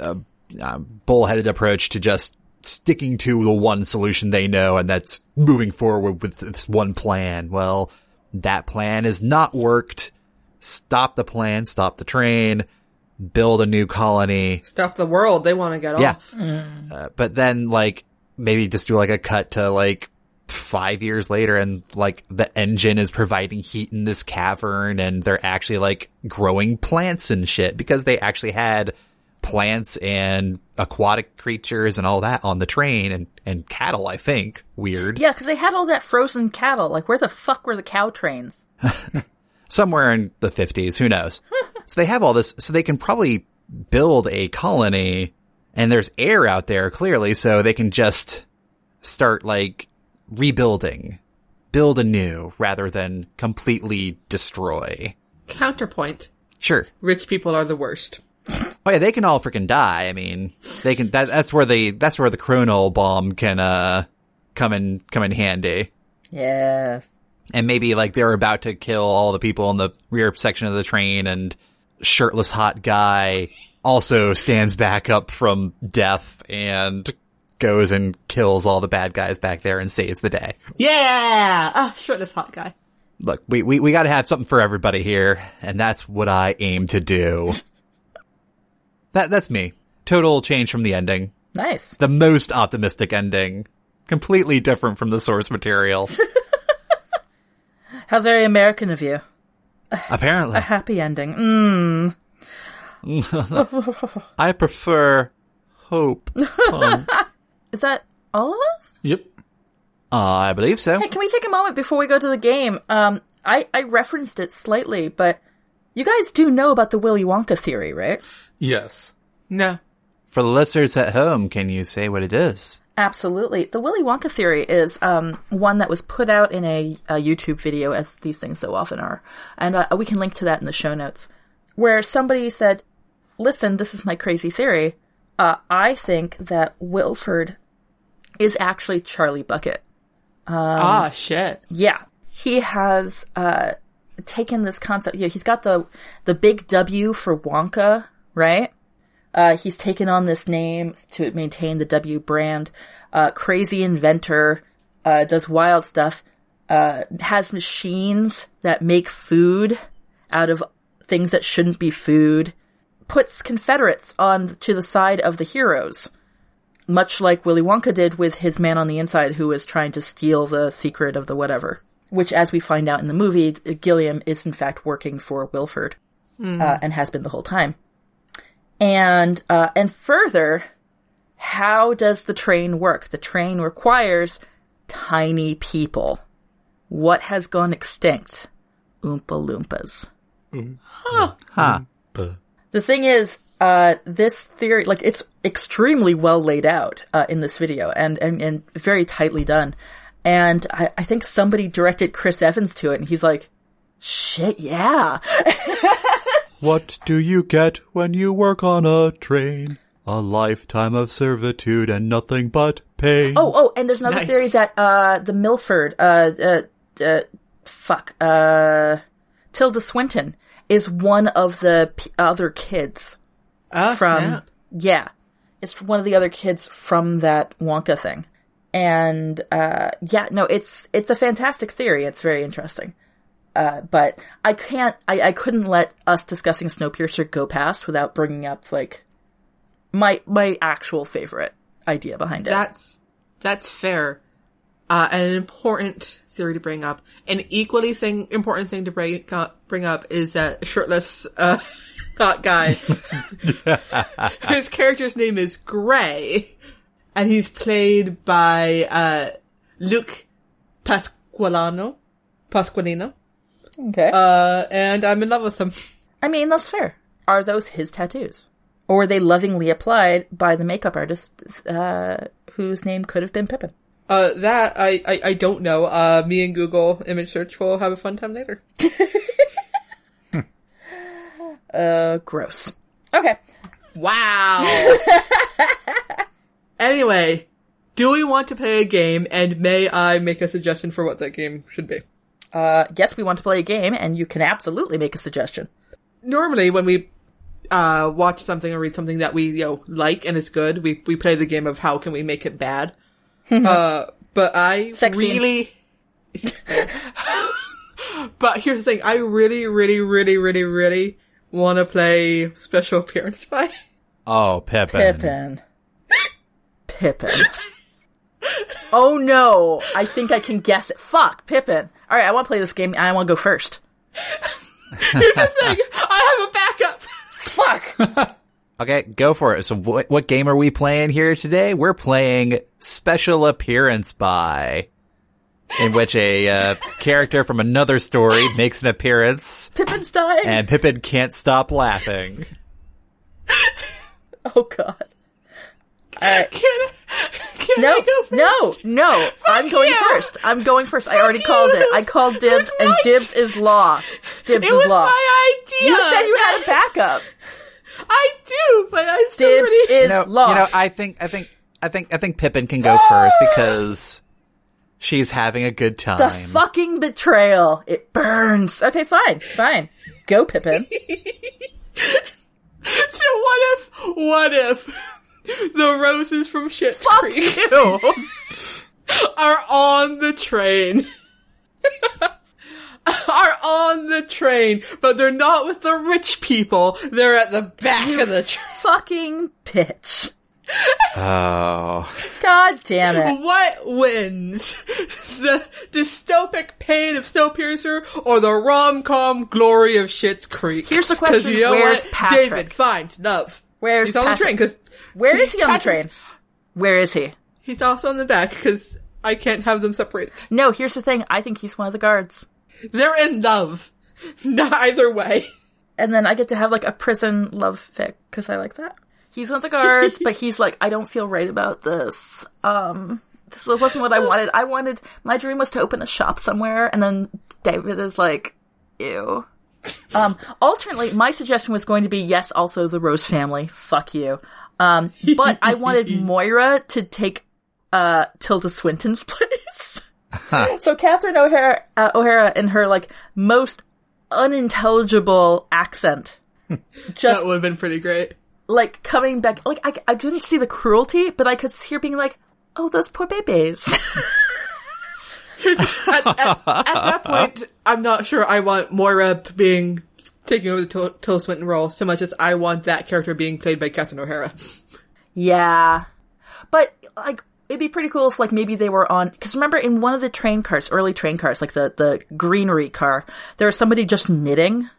[SPEAKER 2] uh, um, bullheaded approach to just sticking to the one solution they know and that's moving forward with this one plan well that plan has not worked stop the plan, stop the train, build a new colony,
[SPEAKER 5] Stop the world. They want to get
[SPEAKER 2] yeah.
[SPEAKER 5] off.
[SPEAKER 2] Uh, but then like maybe just do like a cut to like five years later and like the engine is providing heat in this cavern and they're actually like growing plants and shit because they actually had plants and aquatic creatures and all that on the train and, and cattle, I think. Weird.
[SPEAKER 1] Yeah, because they had all that frozen cattle. Like, where the fuck were the cow trains?
[SPEAKER 2] somewhere in the 50s, who knows. so they have all this, so they can probably build a colony and there's air out there clearly, so they can just start like rebuilding, build anew rather than completely destroy.
[SPEAKER 5] Counterpoint.
[SPEAKER 2] Sure.
[SPEAKER 5] Rich people are the worst.
[SPEAKER 2] Oh yeah, they can all freaking die. I mean, they can, that, that's where the, that's where the chronal bomb can, uh, come in, come in handy.
[SPEAKER 1] Yes.
[SPEAKER 2] and maybe like they're about to kill all the people in the rear section of the train and shirtless hot guy also stands back up from death and goes and kills all the bad guys back there and saves the day.
[SPEAKER 5] Yeah. Ah, shirtless hot guy.
[SPEAKER 2] Look, we, we, we gotta have something for everybody here, and that's what I aim to do. that, that's me. Total change from the ending.
[SPEAKER 1] Nice.
[SPEAKER 2] The most optimistic ending. Completely different from the source material.
[SPEAKER 1] How very American of you.
[SPEAKER 2] Apparently.
[SPEAKER 1] Happy ending. Mm.
[SPEAKER 2] I prefer hope.
[SPEAKER 1] Is that all of us?
[SPEAKER 4] Yep.
[SPEAKER 2] Uh, I believe so.
[SPEAKER 1] Hey, can we take a moment before we go to the game? Um, I, I referenced it slightly, but you guys do know about the Willy Wonka theory, right?
[SPEAKER 4] Yes.
[SPEAKER 5] No.
[SPEAKER 2] For the listeners at home, can you say what it is?
[SPEAKER 1] Absolutely. The Willy Wonka theory is um, one that was put out in a, a YouTube video, as these things so often are. And uh, we can link to that in the show notes, where somebody said, Listen, this is my crazy theory. Uh, I think that Wilford is actually Charlie Bucket.
[SPEAKER 5] ah, shit.
[SPEAKER 1] Yeah, he has uh, taken this concept. Yeah, he's got the the big W for Wonka, right? Uh, he's taken on this name to maintain the W brand. Uh, crazy inventor, uh, does wild stuff. Uh, has machines that make food out of things that shouldn't be food. Puts Confederates on to the side of the heroes much like Willy Wonka did with his man on the inside who was trying to steal the secret of the whatever. Which, as we find out in the movie, Gilliam is in fact working for Wilford, uh, and has been the whole time. And, uh, and further, how does the train work? The train requires tiny people. What has gone extinct? Oompa Loompas.
[SPEAKER 4] But
[SPEAKER 1] The thing is, uh, this theory, like, it's extremely well laid out, uh, in this video and, and, and very tightly done. And I, I think somebody directed Chris Evans to it and he's like, shit, yeah.
[SPEAKER 2] What do you get when you work on a train? A lifetime of servitude and nothing but pain.
[SPEAKER 1] Oh, oh, and there's another
[SPEAKER 5] Nice.
[SPEAKER 1] theory that, uh, the Milford, uh, uh, uh, fuck, uh, Tilda Swinton is one of the p- other kids
[SPEAKER 5] Ah,
[SPEAKER 1] from
[SPEAKER 5] snap.
[SPEAKER 1] yeah it's one of the other kids from that wonka thing and uh yeah no it's it's a fantastic theory it's very interesting uh but i can't i, I couldn't let us discussing snowpiercer go past without bringing up like my my actual favorite idea behind it
[SPEAKER 5] That's that's fair. Uh, and an important theory to bring up. An equally thing important thing to bring up, bring up is that shirtless uh, [laughs] hot guy. [laughs] His character's name is Gray, and he's played by uh, Luke Pasqualano. Pasqualino,
[SPEAKER 1] okay
[SPEAKER 5] uh, and I'm in love with him.
[SPEAKER 1] i mean that's fair are those his tattoos or were they lovingly applied by the makeup artist uh whose name could have been pippin
[SPEAKER 5] Uh, that I, I I don't know. Uh, me and Google image search will have a fun time later.
[SPEAKER 1] uh gross okay
[SPEAKER 5] Wow. [laughs] anyway, do we want to play a game? And may I make a suggestion for what that game should be?
[SPEAKER 1] yes, we want to play a game, and you can absolutely make a suggestion.
[SPEAKER 5] Normally, when we uh, watch something or read something that we you know like and it's good, we we play the game of how can we make
[SPEAKER 1] [laughs]
[SPEAKER 5] it bad. uh, but I
[SPEAKER 1] Sex scene.
[SPEAKER 5] really. [laughs] but here's the thing: I really, really, really, really, really want to play special appearance by?
[SPEAKER 2] Oh, Pippin.
[SPEAKER 1] Pippin. Pippin. oh no! I think I can guess it. Fuck, Pippin. Alright, I want to play this game and I want to go first.
[SPEAKER 5] [laughs] Here's the thing. I have a backup.
[SPEAKER 1] Fuck!
[SPEAKER 2] Okay, go for it. So what, what game are we playing here today? We're playing Special Appearance By, in which a uh, character from another story makes an appearance
[SPEAKER 1] Pippin's dying.
[SPEAKER 2] and Pippin can't stop laughing.
[SPEAKER 1] oh god. Alright.
[SPEAKER 5] [laughs] Can, can I
[SPEAKER 1] Uh, No,
[SPEAKER 5] go first?
[SPEAKER 1] no, no. I'm going
[SPEAKER 5] you.
[SPEAKER 1] first. I'm going first. I already
[SPEAKER 5] you.
[SPEAKER 1] called it. I
[SPEAKER 5] This-
[SPEAKER 1] called
[SPEAKER 5] this
[SPEAKER 1] dibs and
[SPEAKER 5] was-
[SPEAKER 1] dibs is law. Dibs
[SPEAKER 5] It
[SPEAKER 1] is
[SPEAKER 5] was
[SPEAKER 1] law.
[SPEAKER 5] my idea.
[SPEAKER 1] you said you had a
[SPEAKER 5] [laughs]
[SPEAKER 1] backup.
[SPEAKER 5] I do, but I still
[SPEAKER 1] Dibs
[SPEAKER 5] really- [laughs]
[SPEAKER 1] is
[SPEAKER 2] You know,
[SPEAKER 1] law.
[SPEAKER 2] you know, I think, I think, I think, I think Pippin can go first because she's having a good time.
[SPEAKER 1] the fucking betrayal. It burns. Okay, fine, fine. Go,
[SPEAKER 5] [laughs]
[SPEAKER 1] Pippin.
[SPEAKER 5] So what if? What if [laughs] the roses from Shit Creek are on the train? [laughs] are on the train, but they're not with the rich people. They're at the back of the train.
[SPEAKER 1] fucking bitch.
[SPEAKER 2] oh,
[SPEAKER 1] [laughs] God damn it.
[SPEAKER 5] What wins? [laughs] The dystopic pain of Snowpiercer or the rom-com glory of Shit's Creek?
[SPEAKER 1] Here's the
[SPEAKER 5] 'Cause
[SPEAKER 1] question,
[SPEAKER 5] you know
[SPEAKER 1] where's
[SPEAKER 5] what?
[SPEAKER 1] Patrick?
[SPEAKER 5] David finds love.
[SPEAKER 1] Where's
[SPEAKER 5] He's on the
[SPEAKER 1] Patrick?
[SPEAKER 5] train because
[SPEAKER 1] Where is he on the
[SPEAKER 5] Patrick's-
[SPEAKER 1] train? Where is he?
[SPEAKER 5] He's also in the back because I can't have them separated.
[SPEAKER 1] No, here's the thing. I think he's one of the guards.
[SPEAKER 5] They're in love. [laughs]
[SPEAKER 1] [laughs]
[SPEAKER 5] Neither way.
[SPEAKER 1] And then I get to have like a prison love fic because I like that. He's one of the guards, but he's like, I don't feel right about this. Um, this wasn't what I wanted. I wanted, my dream was to open a shop somewhere. And then David is like, ew. Um, alternately, my suggestion was going to be yes, also the Rose family. Fuck you. Um, but I wanted Moira to take uh Tilda Swinton's [laughs] place. so Catherine O'Hara, uh, O'Hara in her like most unintelligible accent, just
[SPEAKER 5] That would have been pretty great.
[SPEAKER 1] like coming back. Like I, I didn't see the cruelty, but I could see her being like, "Oh, those poor babies."
[SPEAKER 5] [laughs]
[SPEAKER 1] [laughs]
[SPEAKER 5] At, at- at that point, I'm not sure I want Moira p- being taking over the Til- Tilda Swinton role so much as I want that character being played by Catherine O'Hara.
[SPEAKER 1] Yeah. But like it'd be pretty cool if like maybe they were on cuz remember in one of the train cars, early train cars, like the the greenery car, there was somebody just knitting.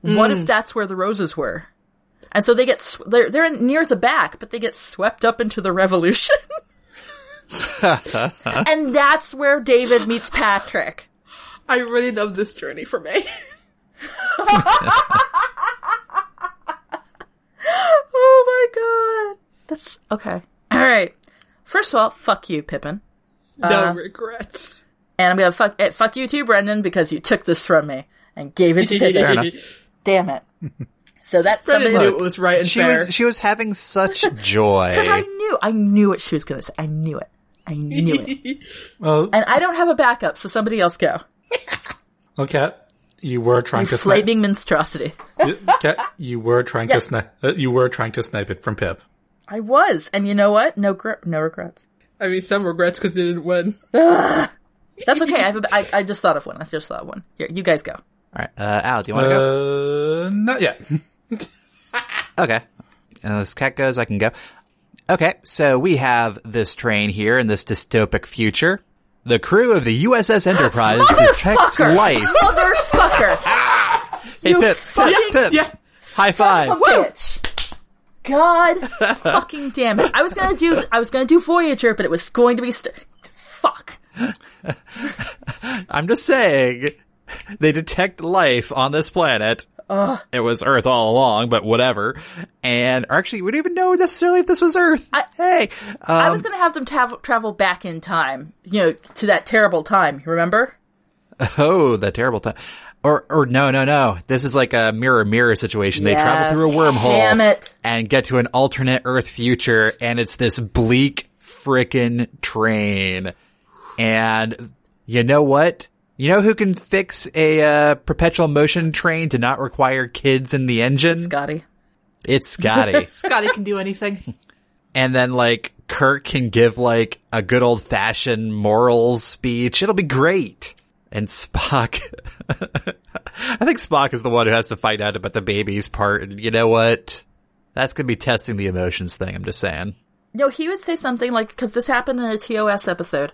[SPEAKER 1] What if that's where the roses were? And so they get sw- they're they're in- near the back, but they get swept up into the revolution. [laughs] and that's where David meets Patrick.
[SPEAKER 5] I really love this journey for me. [laughs]
[SPEAKER 1] Oh my god. That's okay. All right. First of all, fuck you, Pippin.
[SPEAKER 5] no regrets.
[SPEAKER 1] And I'm gonna fuck eh, fuck you too, Brendan, because you took this from me and gave
[SPEAKER 5] [laughs]
[SPEAKER 1] it to Pippin.
[SPEAKER 2] enough.
[SPEAKER 1] Damn it. So that's
[SPEAKER 5] Brendan
[SPEAKER 1] something
[SPEAKER 5] knew
[SPEAKER 1] because
[SPEAKER 5] it was right and
[SPEAKER 2] she
[SPEAKER 5] fair.
[SPEAKER 2] was, she was
[SPEAKER 1] [laughs]
[SPEAKER 2] having such joy.
[SPEAKER 1] I knew I knew what she was gonna say. I knew it. I knew it.
[SPEAKER 4] Well,
[SPEAKER 1] And I don't have a backup, so somebody else go.
[SPEAKER 4] okay. Oh, You were trying to snipe.
[SPEAKER 1] Flaming monstrosity.
[SPEAKER 4] Okay, you were trying to snipe. Uh, you were trying to snipe it from Pip.
[SPEAKER 1] I was, and you know what? No, gr- no regrets.
[SPEAKER 5] I mean, some regrets because they didn't win.
[SPEAKER 1] That's okay. I, have a ba- I, I just thought of one. I just thought of one. Here, you guys go.
[SPEAKER 2] All right, uh, Al, do you want to go?
[SPEAKER 4] Uh, not yet.
[SPEAKER 2] Okay. Unless Cat goes, I can go. Okay, so we have this train here in this dystopic future. The crew of the USS Enterprise detects
[SPEAKER 1] Motherfucker!
[SPEAKER 2] life.
[SPEAKER 1] Motherfucker!
[SPEAKER 2] Hey, Pip,
[SPEAKER 5] [laughs]
[SPEAKER 2] Pip, Pip.
[SPEAKER 5] yeah.
[SPEAKER 2] High five.
[SPEAKER 1] Bitch! God fucking damn it! I was gonna do I was gonna do Voyager, but it was going to be st- fuck.
[SPEAKER 2] I'm just saying, [laughs] they detect life on this planet. It was Earth all along, but whatever. And or actually, we don't even know necessarily if this was Earth. hey, uh,
[SPEAKER 1] I was going to have them tav- travel back in time, you know, to that terrible time. You remember?
[SPEAKER 2] Oh, the terrible time. Or, or no, no, no. This is like a mirror mirror situation. They
[SPEAKER 1] Yes.
[SPEAKER 2] travel through a wormhole
[SPEAKER 1] Damn it.
[SPEAKER 2] and get to an alternate Earth future, and it's this bleak frickin' train. And you know what? You know who can fix a uh, perpetual motion train to not require kids in the engine?
[SPEAKER 1] Scotty. [laughs]
[SPEAKER 2] It's [laughs] Scotty.
[SPEAKER 5] Scotty can do [laughs] anything.
[SPEAKER 2] and then like Kirk can give like a good old fashioned moral speech. It'll be great. And Spock, [laughs] I think Spock is the one who has to find out about the baby's part. And you know what? That's going to be testing the emotions thing. I'm just saying.
[SPEAKER 1] No, he would say something like, because this happened in a TOS episode.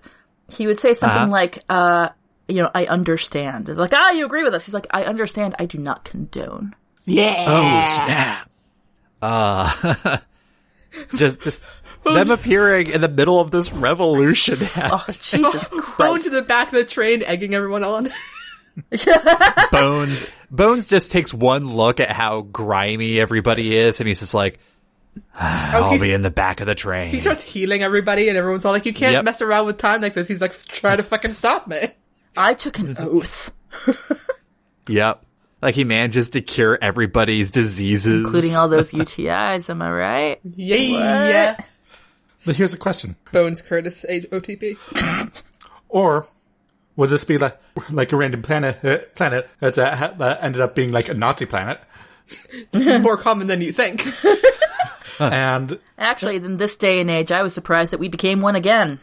[SPEAKER 1] He would say something like, uh, you know, I understand. It's like, ah, you agree with us. He's like, I understand. I do not condone.
[SPEAKER 2] Oh snap! Uh, [laughs] just [laughs] just them appearing in the middle of this [laughs] revolution.
[SPEAKER 1] Oh, Jesus
[SPEAKER 5] Going
[SPEAKER 1] Christ.
[SPEAKER 5] to the back of the train, egging everyone on. [laughs]
[SPEAKER 2] Bones Bones just takes one look at how grimy everybody is, and he's just like, "Ah,
[SPEAKER 1] Oh,
[SPEAKER 2] "I'll
[SPEAKER 5] he's-
[SPEAKER 2] be in the back of the train."
[SPEAKER 5] He starts healing everybody, and everyone's all like, "You can't
[SPEAKER 2] Yep.
[SPEAKER 5] mess around with time like this." He's like, "Try to fucking stop me."
[SPEAKER 1] I took an oath,
[SPEAKER 2] yep, like he manages to cure everybody's diseases,
[SPEAKER 1] including
[SPEAKER 2] [laughs]
[SPEAKER 1] all those UTIs. Am I right?
[SPEAKER 5] Yeah, yeah.
[SPEAKER 4] But here's a question.
[SPEAKER 5] Bones Curtis age OTP.
[SPEAKER 4] Or would this be like like a random planet uh, planet that's, uh, ha- that ended up being like a Nazi planet?
[SPEAKER 5] More common than you think. [laughs]
[SPEAKER 4] and
[SPEAKER 1] Actually, in this day and age, I was surprised that we became one again.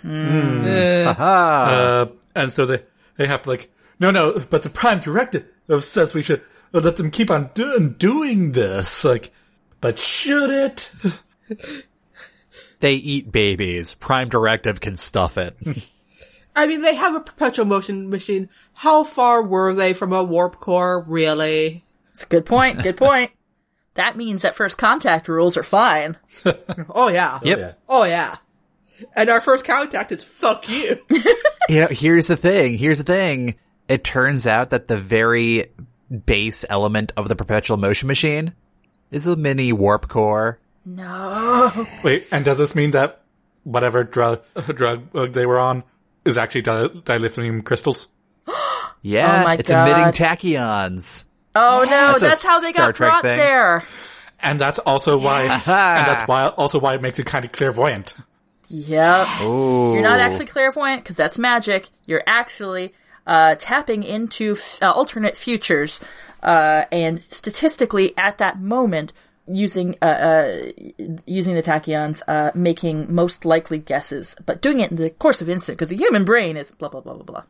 [SPEAKER 2] Ah.
[SPEAKER 4] uh, and so they they have to like no no, but the prime directive says we should let them keep on doing doing this like. But should it? [laughs]
[SPEAKER 2] They eat babies. Prime Directive can stuff [laughs] it.
[SPEAKER 5] I mean, they have a perpetual motion machine. How far were they from a warp core, really?
[SPEAKER 1] It's a good point. Good
[SPEAKER 2] [laughs]
[SPEAKER 1] point. that means that first contact rules are fine.
[SPEAKER 5] Oh yeah.
[SPEAKER 2] Yep.
[SPEAKER 5] Oh yeah. And our first contact is fuck you.
[SPEAKER 2] you know, here's the thing. Here's the thing. It turns out that the very base element of the perpetual motion machine is a mini warp core.
[SPEAKER 1] No.
[SPEAKER 4] Wait, and does this mean that whatever [laughs] drug drug they were on is actually di- dilithium crystals?
[SPEAKER 2] Yeah,
[SPEAKER 1] Oh my
[SPEAKER 2] it's
[SPEAKER 1] God.
[SPEAKER 2] emitting tachyons.
[SPEAKER 1] Oh no,
[SPEAKER 2] That's a
[SPEAKER 1] that's how they
[SPEAKER 2] Star
[SPEAKER 1] got
[SPEAKER 2] Trek
[SPEAKER 1] brought
[SPEAKER 2] thing.
[SPEAKER 1] there.
[SPEAKER 4] And that's also why, and that's why, also why it makes it kind of clairvoyant.
[SPEAKER 1] Yep.
[SPEAKER 2] Ooh.
[SPEAKER 1] You're not actually clairvoyant because that's magic. You're actually uh, tapping into f- uh, alternate futures, uh, and statistically, at that moment, using uh, uh, using the tachyons, uh, making most likely guesses, but doing it in the course of an instant because the human brain is blah blah blah blah blah.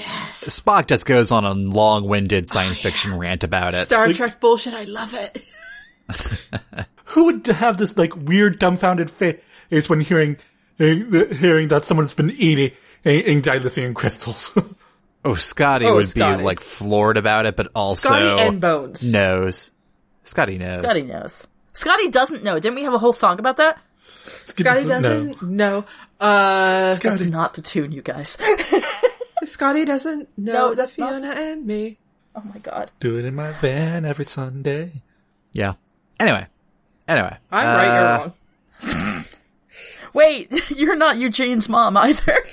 [SPEAKER 2] Spock just goes on a long-winded science fiction rant about it.
[SPEAKER 5] [laughs] Star Trek bullshit. I love it.
[SPEAKER 4] Who would have this like weird dumbfounded face when hearing eh, hearing that someone's been eating in dilithium crystals? [laughs]
[SPEAKER 2] oh, Scotty
[SPEAKER 5] Oh,
[SPEAKER 2] would
[SPEAKER 5] Scotty.
[SPEAKER 2] be like floored about it, but also
[SPEAKER 5] Scotty and Bones.
[SPEAKER 2] knows. Scotty knows.
[SPEAKER 1] Scotty knows. Scotty doesn't know. Didn't we have a whole song about that?
[SPEAKER 5] Scotty doesn't know. Uh,
[SPEAKER 1] That's
[SPEAKER 4] Scotty.
[SPEAKER 1] not the tune, you guys. [laughs] Oh
[SPEAKER 5] Scotty doesn't
[SPEAKER 1] No,
[SPEAKER 5] know that
[SPEAKER 1] it's not.
[SPEAKER 5] Fiona and me.
[SPEAKER 1] oh my god.
[SPEAKER 4] Do it in my van every Sunday.
[SPEAKER 2] Yeah. Anyway. Anyway. Uh,
[SPEAKER 5] I'm right. You're wrong. [laughs]
[SPEAKER 1] Wait, [laughs] you're not Eugene's mom either. [laughs]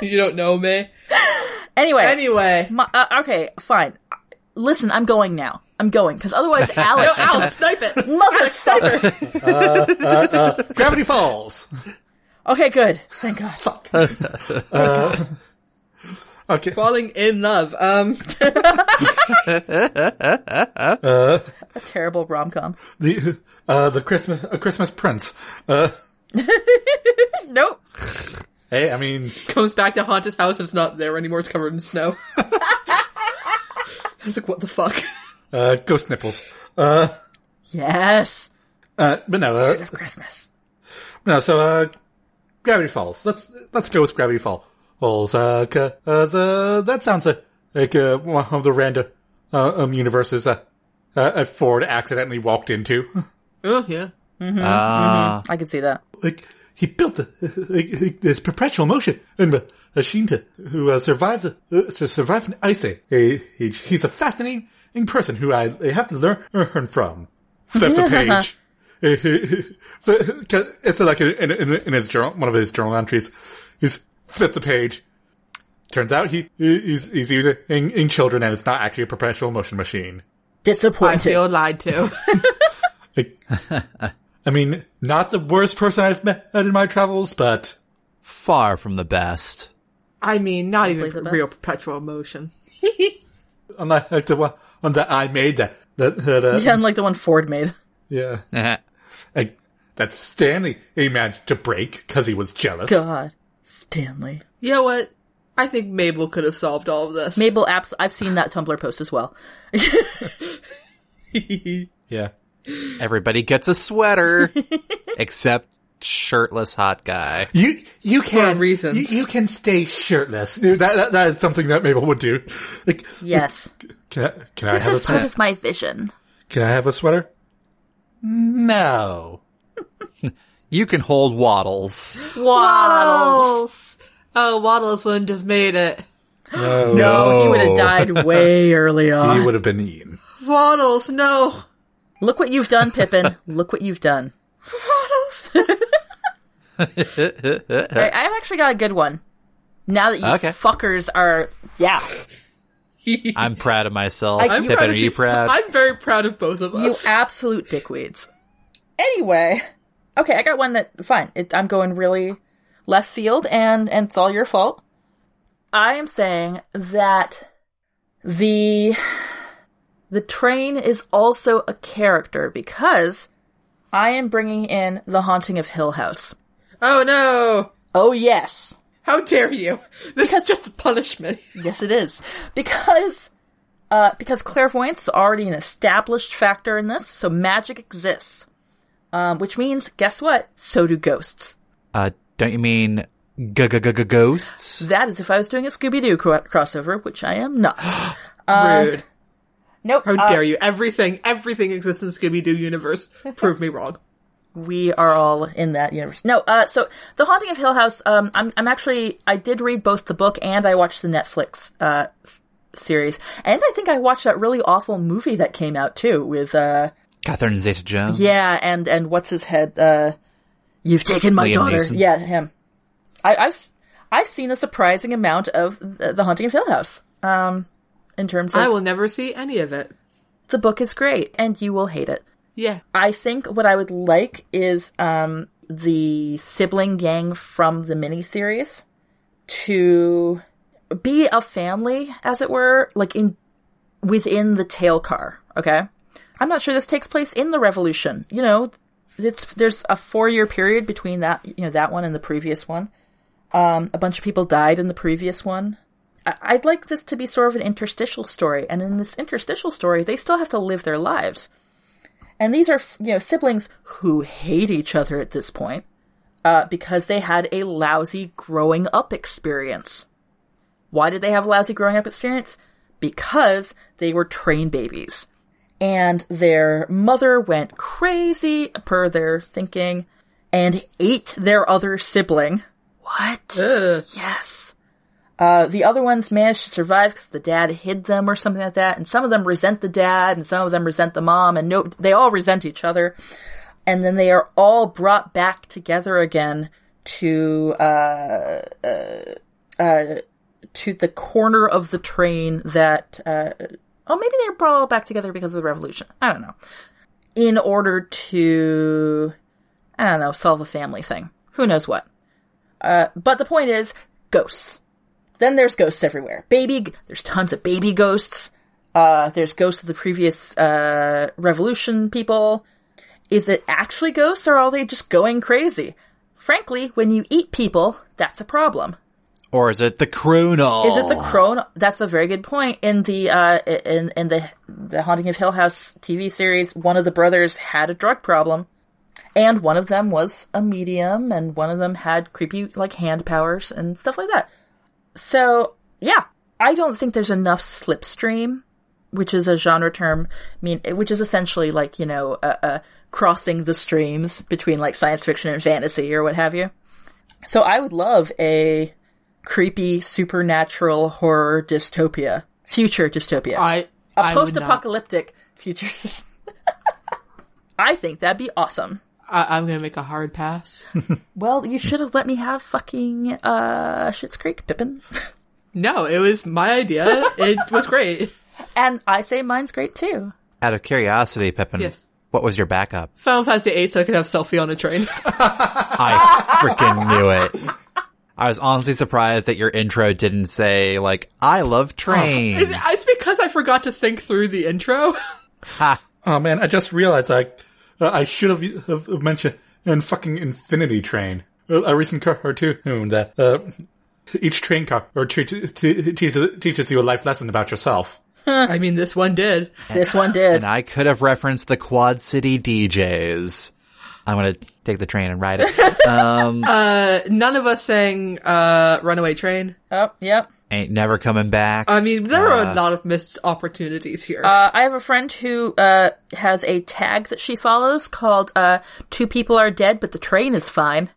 [SPEAKER 5] You don't know me.
[SPEAKER 1] anyway.
[SPEAKER 5] Anyway.
[SPEAKER 1] My, uh, okay, fine. Listen, I'm going now. I'm going because otherwise,
[SPEAKER 5] [laughs]
[SPEAKER 1] Alex,
[SPEAKER 5] No, Alex, snipe it.
[SPEAKER 1] mother stopper.
[SPEAKER 4] [laughs] Gravity Falls.
[SPEAKER 1] Okay, good. Thank God.
[SPEAKER 5] [laughs]
[SPEAKER 4] Okay.
[SPEAKER 5] Falling in love. Um, [laughs]
[SPEAKER 1] A terrible rom com.
[SPEAKER 4] The uh, the Christmas uh, Christmas Prince. Uh,
[SPEAKER 1] Nope.
[SPEAKER 4] hey, I mean,
[SPEAKER 5] comes back to haunt his house and it's not there anymore. It's covered in [laughs] snow. It's like, what the fuck?
[SPEAKER 4] uh, ghost nipples.
[SPEAKER 1] Yes.
[SPEAKER 4] Uh, but no, uh,
[SPEAKER 1] Christmas.
[SPEAKER 4] No, so uh, Gravity Falls. Let's let's go with Gravity Fall- Falls. Uh, c- uh, the- that sounds uh, like uh, one of the random uh, um, universes uh, uh, uh, Ford accidentally walked into. [laughs]
[SPEAKER 5] Oh, yeah.
[SPEAKER 2] Ah.
[SPEAKER 1] I can see that.
[SPEAKER 4] like he built a, [laughs] like, this perpetual motion and uh, Ashinta, who uh, survives uh, to survive an ice age. He, he- he's a fascinating person who I, I have to learn learn from. Flip the page. [laughs] it's like in, in, in his journal, one of his journal entries. He's flip the page. Turns out he he's, he's using in children, and it's not actually a perpetual motion machine.
[SPEAKER 5] I
[SPEAKER 1] Disappointed.
[SPEAKER 5] feel lied to.
[SPEAKER 4] Like, I mean, not the worst person I've met in my travels, but
[SPEAKER 2] Far from the best.
[SPEAKER 5] [laughs]
[SPEAKER 2] [laughs]
[SPEAKER 5] I mean, not even
[SPEAKER 1] the best.
[SPEAKER 5] real perpetual motion.
[SPEAKER 4] unlike the one one that e, I made that that, that uh,
[SPEAKER 1] [laughs] yeah, unlike the one Ford made. [laughs]
[SPEAKER 4] yeah,
[SPEAKER 2] Eh.
[SPEAKER 4] Like, that Stanley he managed to break because he was jealous.
[SPEAKER 1] God, Stanley.
[SPEAKER 5] You know what?
[SPEAKER 3] I think Mabel could have solved all of this.
[SPEAKER 1] Mabel apps. I've seen that Tumblr post as well.
[SPEAKER 4] Yeah.
[SPEAKER 2] Everybody gets a sweater except shirtless hot guy.
[SPEAKER 4] You you can
[SPEAKER 3] reasons.
[SPEAKER 4] You, you can stay shirtless. That, that that is something that Mabel would do. Like
[SPEAKER 1] Yes,
[SPEAKER 4] can I, can I
[SPEAKER 1] this
[SPEAKER 4] have a
[SPEAKER 1] is
[SPEAKER 4] sweater?
[SPEAKER 1] sort of my vision.
[SPEAKER 4] Can I have a sweater? No.
[SPEAKER 2] You can hold waddles.
[SPEAKER 1] Waddles.
[SPEAKER 3] Waddles. Oh, Waddles wouldn't have made it.
[SPEAKER 4] No.
[SPEAKER 1] No, he would have died way early on.
[SPEAKER 4] Oh. He would have been eaten.
[SPEAKER 3] Waddles, no.
[SPEAKER 1] Look what you've done, Pippin. Look what you've done.
[SPEAKER 3] [laughs]
[SPEAKER 1] All right, I've actually got a good one. Now that you
[SPEAKER 2] Okay.
[SPEAKER 1] fuckers are, yeah,
[SPEAKER 2] I'm proud of myself.
[SPEAKER 1] I'm
[SPEAKER 2] Pippin, are you proud?
[SPEAKER 3] I'm very proud of both of
[SPEAKER 1] you
[SPEAKER 3] us.
[SPEAKER 1] absolute dickweeds. Anyway, okay, I got one that fine. It, I'm going really left field, and and it's all your fault. I am saying that the the train is also a character because I am bringing in the haunting of Hill House.
[SPEAKER 3] oh no.
[SPEAKER 1] Oh yes.
[SPEAKER 3] How dare you? This is just a [laughs] punishment.
[SPEAKER 1] Yes, it is because uh, because clairvoyance is already an established factor in this, so magic exists, um, which means guess what? So do ghosts.
[SPEAKER 2] uh, don't you mean ghosts?
[SPEAKER 1] That is if I was doing a Scooby Doo cro- crossover, which I am not.
[SPEAKER 3] Rude.
[SPEAKER 1] [gasps] Nope.
[SPEAKER 3] How
[SPEAKER 1] uh,
[SPEAKER 3] dare you? Everything, everything exists in Scooby Doo [laughs] universe. Prove me wrong.
[SPEAKER 1] we are all in that universe. No, uh, so The Haunting of Hill House, um, I'm, I'm actually, I did read both the book and I watched the Netflix, uh, s- series. And I think I watched that really awful movie that came out too with, uh,
[SPEAKER 2] Catherine Zeta Jones.
[SPEAKER 1] yeah, and, and what's his head, uh, you've taken my
[SPEAKER 2] Liam
[SPEAKER 1] daughter.
[SPEAKER 2] Neeson.
[SPEAKER 1] Yeah, him. I, I've, s- I've seen a surprising amount of The The Haunting of Hill House, um, in terms of
[SPEAKER 3] I will never see any of it.
[SPEAKER 1] the book is great and you will hate it.
[SPEAKER 3] Yeah.
[SPEAKER 1] I think what I would like is um, the sibling gang from the miniseries to be a family, as it were, like in within the tail car. Okay, I'm not sure this takes place in the Revolution. You know, it's there's a four year period between that you know that one and the previous one. Um, a bunch of people died in the previous one. I- I'd like this to be sort of an interstitial story, and in this interstitial story, they still have to live their lives and these are you know siblings who hate each other at this point uh, because they had a lousy growing up experience why did they have lousy growing up experience because they were train babies and their mother went crazy per their thinking and ate their other sibling what
[SPEAKER 3] Ugh.
[SPEAKER 1] Yes. Uh, the other ones managed to survive because the dad hid them or something like that. And some of them resent the dad and some of them resent the mom and no, they all resent each other. And then they are all brought back together again to, uh, uh, uh, to the corner of the train that, uh, oh, maybe they were brought all back together because of the revolution. I don't know. In order to, I don't know, solve a family thing. Who knows what? Uh, But the point is, ghosts. Then there's ghosts everywhere. Baby, there's tons of baby ghosts. Uh, there's ghosts of the previous uh, revolution people. Is it actually ghosts, or are they just going crazy? Frankly, when you eat people, that's a problem.
[SPEAKER 2] Or is it the Chrono?
[SPEAKER 1] Is it the crone? That's a very good point. In the uh, in in the the Haunting of Hill House TV series, one of the brothers had a drug problem, and one of them was a medium, and one of them had creepy like hand powers and stuff like that. So yeah, I don't think there's enough slipstream, which is a genre term, mean which is essentially like you know uh, uh, crossing the streams between like science fiction and fantasy or what have you. So I would love a creepy supernatural horror dystopia future dystopia
[SPEAKER 3] I,
[SPEAKER 1] a
[SPEAKER 3] I would not.
[SPEAKER 1] post-apocalyptic future [laughs] i think that'd be awesome
[SPEAKER 3] I, I'm gonna make a hard pass. [laughs]
[SPEAKER 1] well you should have let me have fucking uh shits creek pippin
[SPEAKER 3] no, it was my idea. It was great.
[SPEAKER 1] and i say mine's great too
[SPEAKER 2] Out of curiosity, Pippin,
[SPEAKER 3] Yes.
[SPEAKER 2] what was
[SPEAKER 1] [laughs]
[SPEAKER 2] your backup?
[SPEAKER 3] Final Fantasy VIII, so I could have selfie on a
[SPEAKER 5] [laughs]
[SPEAKER 4] [laughs]
[SPEAKER 3] train.
[SPEAKER 2] I freaking knew it. I was honestly surprised that your intro didn't say like I
[SPEAKER 1] Oh. [laughs]
[SPEAKER 2] love trains.
[SPEAKER 3] it's because I forgot to think through the
[SPEAKER 4] [laughs]
[SPEAKER 3] intro.
[SPEAKER 4] Oh man, I just realized I uh, I should have, have have mentioned in fucking Infinity Train, a a recent cartoon hmm, that uh, Each train car or te- te- te- teaches teaches you a life lesson about yourself.
[SPEAKER 5] I mean, this one did.
[SPEAKER 1] This one did.
[SPEAKER 2] And I could have referenced the Quad City DJs. I'm gonna take the train and ride
[SPEAKER 1] [laughs]
[SPEAKER 2] it. um,
[SPEAKER 5] Uh, None of us sang uh, "Runaway Train."
[SPEAKER 1] Oh, yep.
[SPEAKER 2] ain't never coming back.
[SPEAKER 5] I mean, there
[SPEAKER 4] Ah.
[SPEAKER 5] are a lot of missed opportunities here.
[SPEAKER 1] Uh, I have a friend who uh, has a tag that she follows called uh, Two People Are Dead, but the Train is Fine.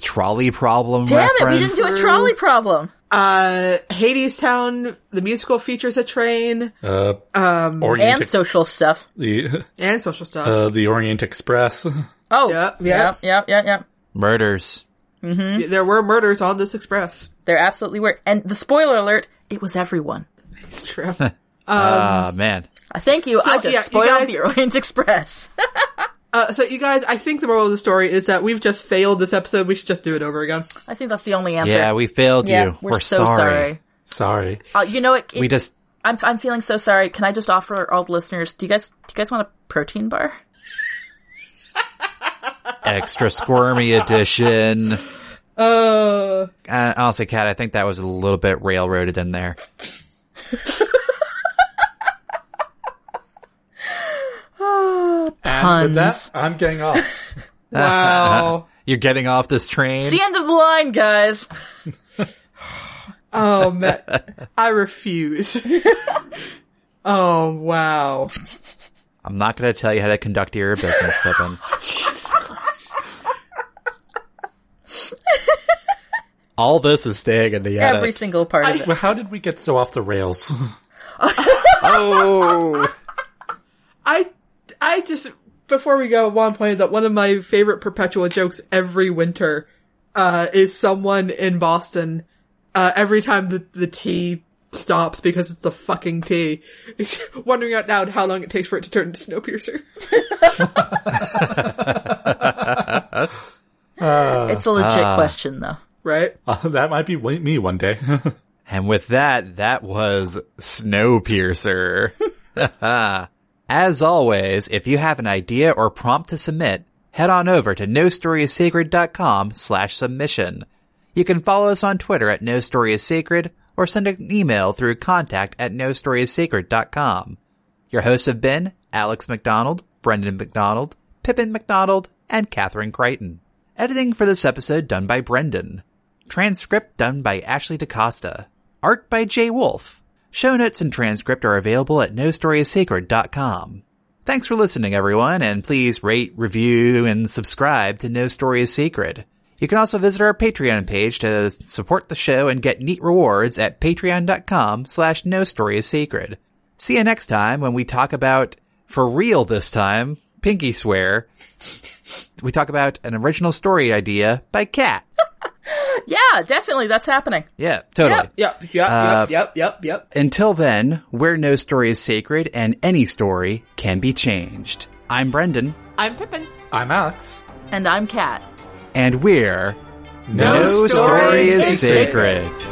[SPEAKER 2] trolley problem
[SPEAKER 1] Damn it, we didn't
[SPEAKER 2] reference.
[SPEAKER 1] do a trolley problem.
[SPEAKER 5] uh, Hades Town, the musical features a train
[SPEAKER 4] Uh,
[SPEAKER 1] Mm. And
[SPEAKER 4] Orient
[SPEAKER 1] social stuff.
[SPEAKER 4] the
[SPEAKER 5] and social stuff.
[SPEAKER 4] uh, the Orient Express. [laughs]
[SPEAKER 1] Oh,
[SPEAKER 5] Yep,
[SPEAKER 1] yep,
[SPEAKER 5] yep.
[SPEAKER 1] yep, yep, yep.
[SPEAKER 2] Murders.
[SPEAKER 5] there were murders on this express. [laughs]
[SPEAKER 1] There absolutely were. And the spoiler alert, it was everyone.
[SPEAKER 5] It's
[SPEAKER 4] [laughs]
[SPEAKER 5] true.
[SPEAKER 1] Um,
[SPEAKER 2] Ah man.
[SPEAKER 1] I Thank you. I just
[SPEAKER 5] yeah, you
[SPEAKER 1] spoiled
[SPEAKER 5] guys-
[SPEAKER 1] the Orient Express. [laughs]
[SPEAKER 5] uh, so, you guys, I think the moral of the story is that we've just failed this episode. We should just do it over
[SPEAKER 4] [laughs]
[SPEAKER 5] again.
[SPEAKER 1] I think that's the only answer.
[SPEAKER 2] Yeah, we failed
[SPEAKER 1] Yeah,
[SPEAKER 2] you.
[SPEAKER 1] we're,
[SPEAKER 2] We're,
[SPEAKER 1] so sorry.
[SPEAKER 4] Sorry,
[SPEAKER 1] Uh, you know, it, it-
[SPEAKER 2] We just
[SPEAKER 1] I'm I'm feeling so sorry. Can I just offer all the listeners? Do you guys do you guys want a protein bar?
[SPEAKER 2] extra squirmy
[SPEAKER 1] [laughs]
[SPEAKER 2] edition.
[SPEAKER 5] Uh,
[SPEAKER 2] Uh, honestly, Kat, I think that was a little bit railroaded in there.
[SPEAKER 4] and with
[SPEAKER 1] Puns.
[SPEAKER 4] that, I'm getting off.
[SPEAKER 1] [laughs]
[SPEAKER 4] [laughs]
[SPEAKER 5] wow.
[SPEAKER 2] You're getting off this train.
[SPEAKER 1] The end of the line, guys.
[SPEAKER 5] oh, man. I refuse. oh, wow.
[SPEAKER 2] I'm not going to tell you how to conduct your business, Pippin. All this is staying in the edit.
[SPEAKER 1] Every single part of it.
[SPEAKER 4] Well, how did we get so off the rails? [laughs]
[SPEAKER 2] oh,
[SPEAKER 5] I I just before we go, one point that one of my favorite perpetual jokes every winter uh, is someone in Boston uh, every time the the tea stops because it's the fucking tea, [laughs] wondering out loud how long it takes for it to turn into Snowpiercer.
[SPEAKER 1] It's a legit question, though.
[SPEAKER 5] Right?
[SPEAKER 4] Uh, that might be w- me one day. [laughs]
[SPEAKER 2] And with that, that was Snowpiercer. [laughs] As always, if you have an idea or prompt to submit, head on over to nostoryissacred.com slash submission. You can follow us on Twitter at No Story Is Sacred or send an email through contact at nostoryissacred.com. Your hosts have been Alex McDonald, Brendan McDonald, Pippin McDonald, and Catherine Crichton. Editing for this episode done by Brendan. Transcript done by Ashley DaCosta. Art by Jay Wolf. Show notes and transcript are available at nostoryissacred.com. Thanks for listening, everyone, and please rate, review, and subscribe to No Story is Sacred. You can also visit our Patreon page to support the show and get neat rewards at patreon.com slash no story is sacred. See you next time when we talk about, for real this time, pinky swear, we talk about an original story idea by Kat.
[SPEAKER 1] Yeah, definitely. That's happening.
[SPEAKER 2] Yeah, totally.
[SPEAKER 5] Yep, yep, yep, yep, yep, yep.
[SPEAKER 2] Until then, where no story is sacred and any story can be changed. I'm Brendan,
[SPEAKER 5] I'm Pippin.
[SPEAKER 4] I'm Alex.
[SPEAKER 1] And I'm Kat.
[SPEAKER 2] and we're
[SPEAKER 4] No
[SPEAKER 2] story
[SPEAKER 5] Story
[SPEAKER 2] is
[SPEAKER 5] is
[SPEAKER 2] sacred.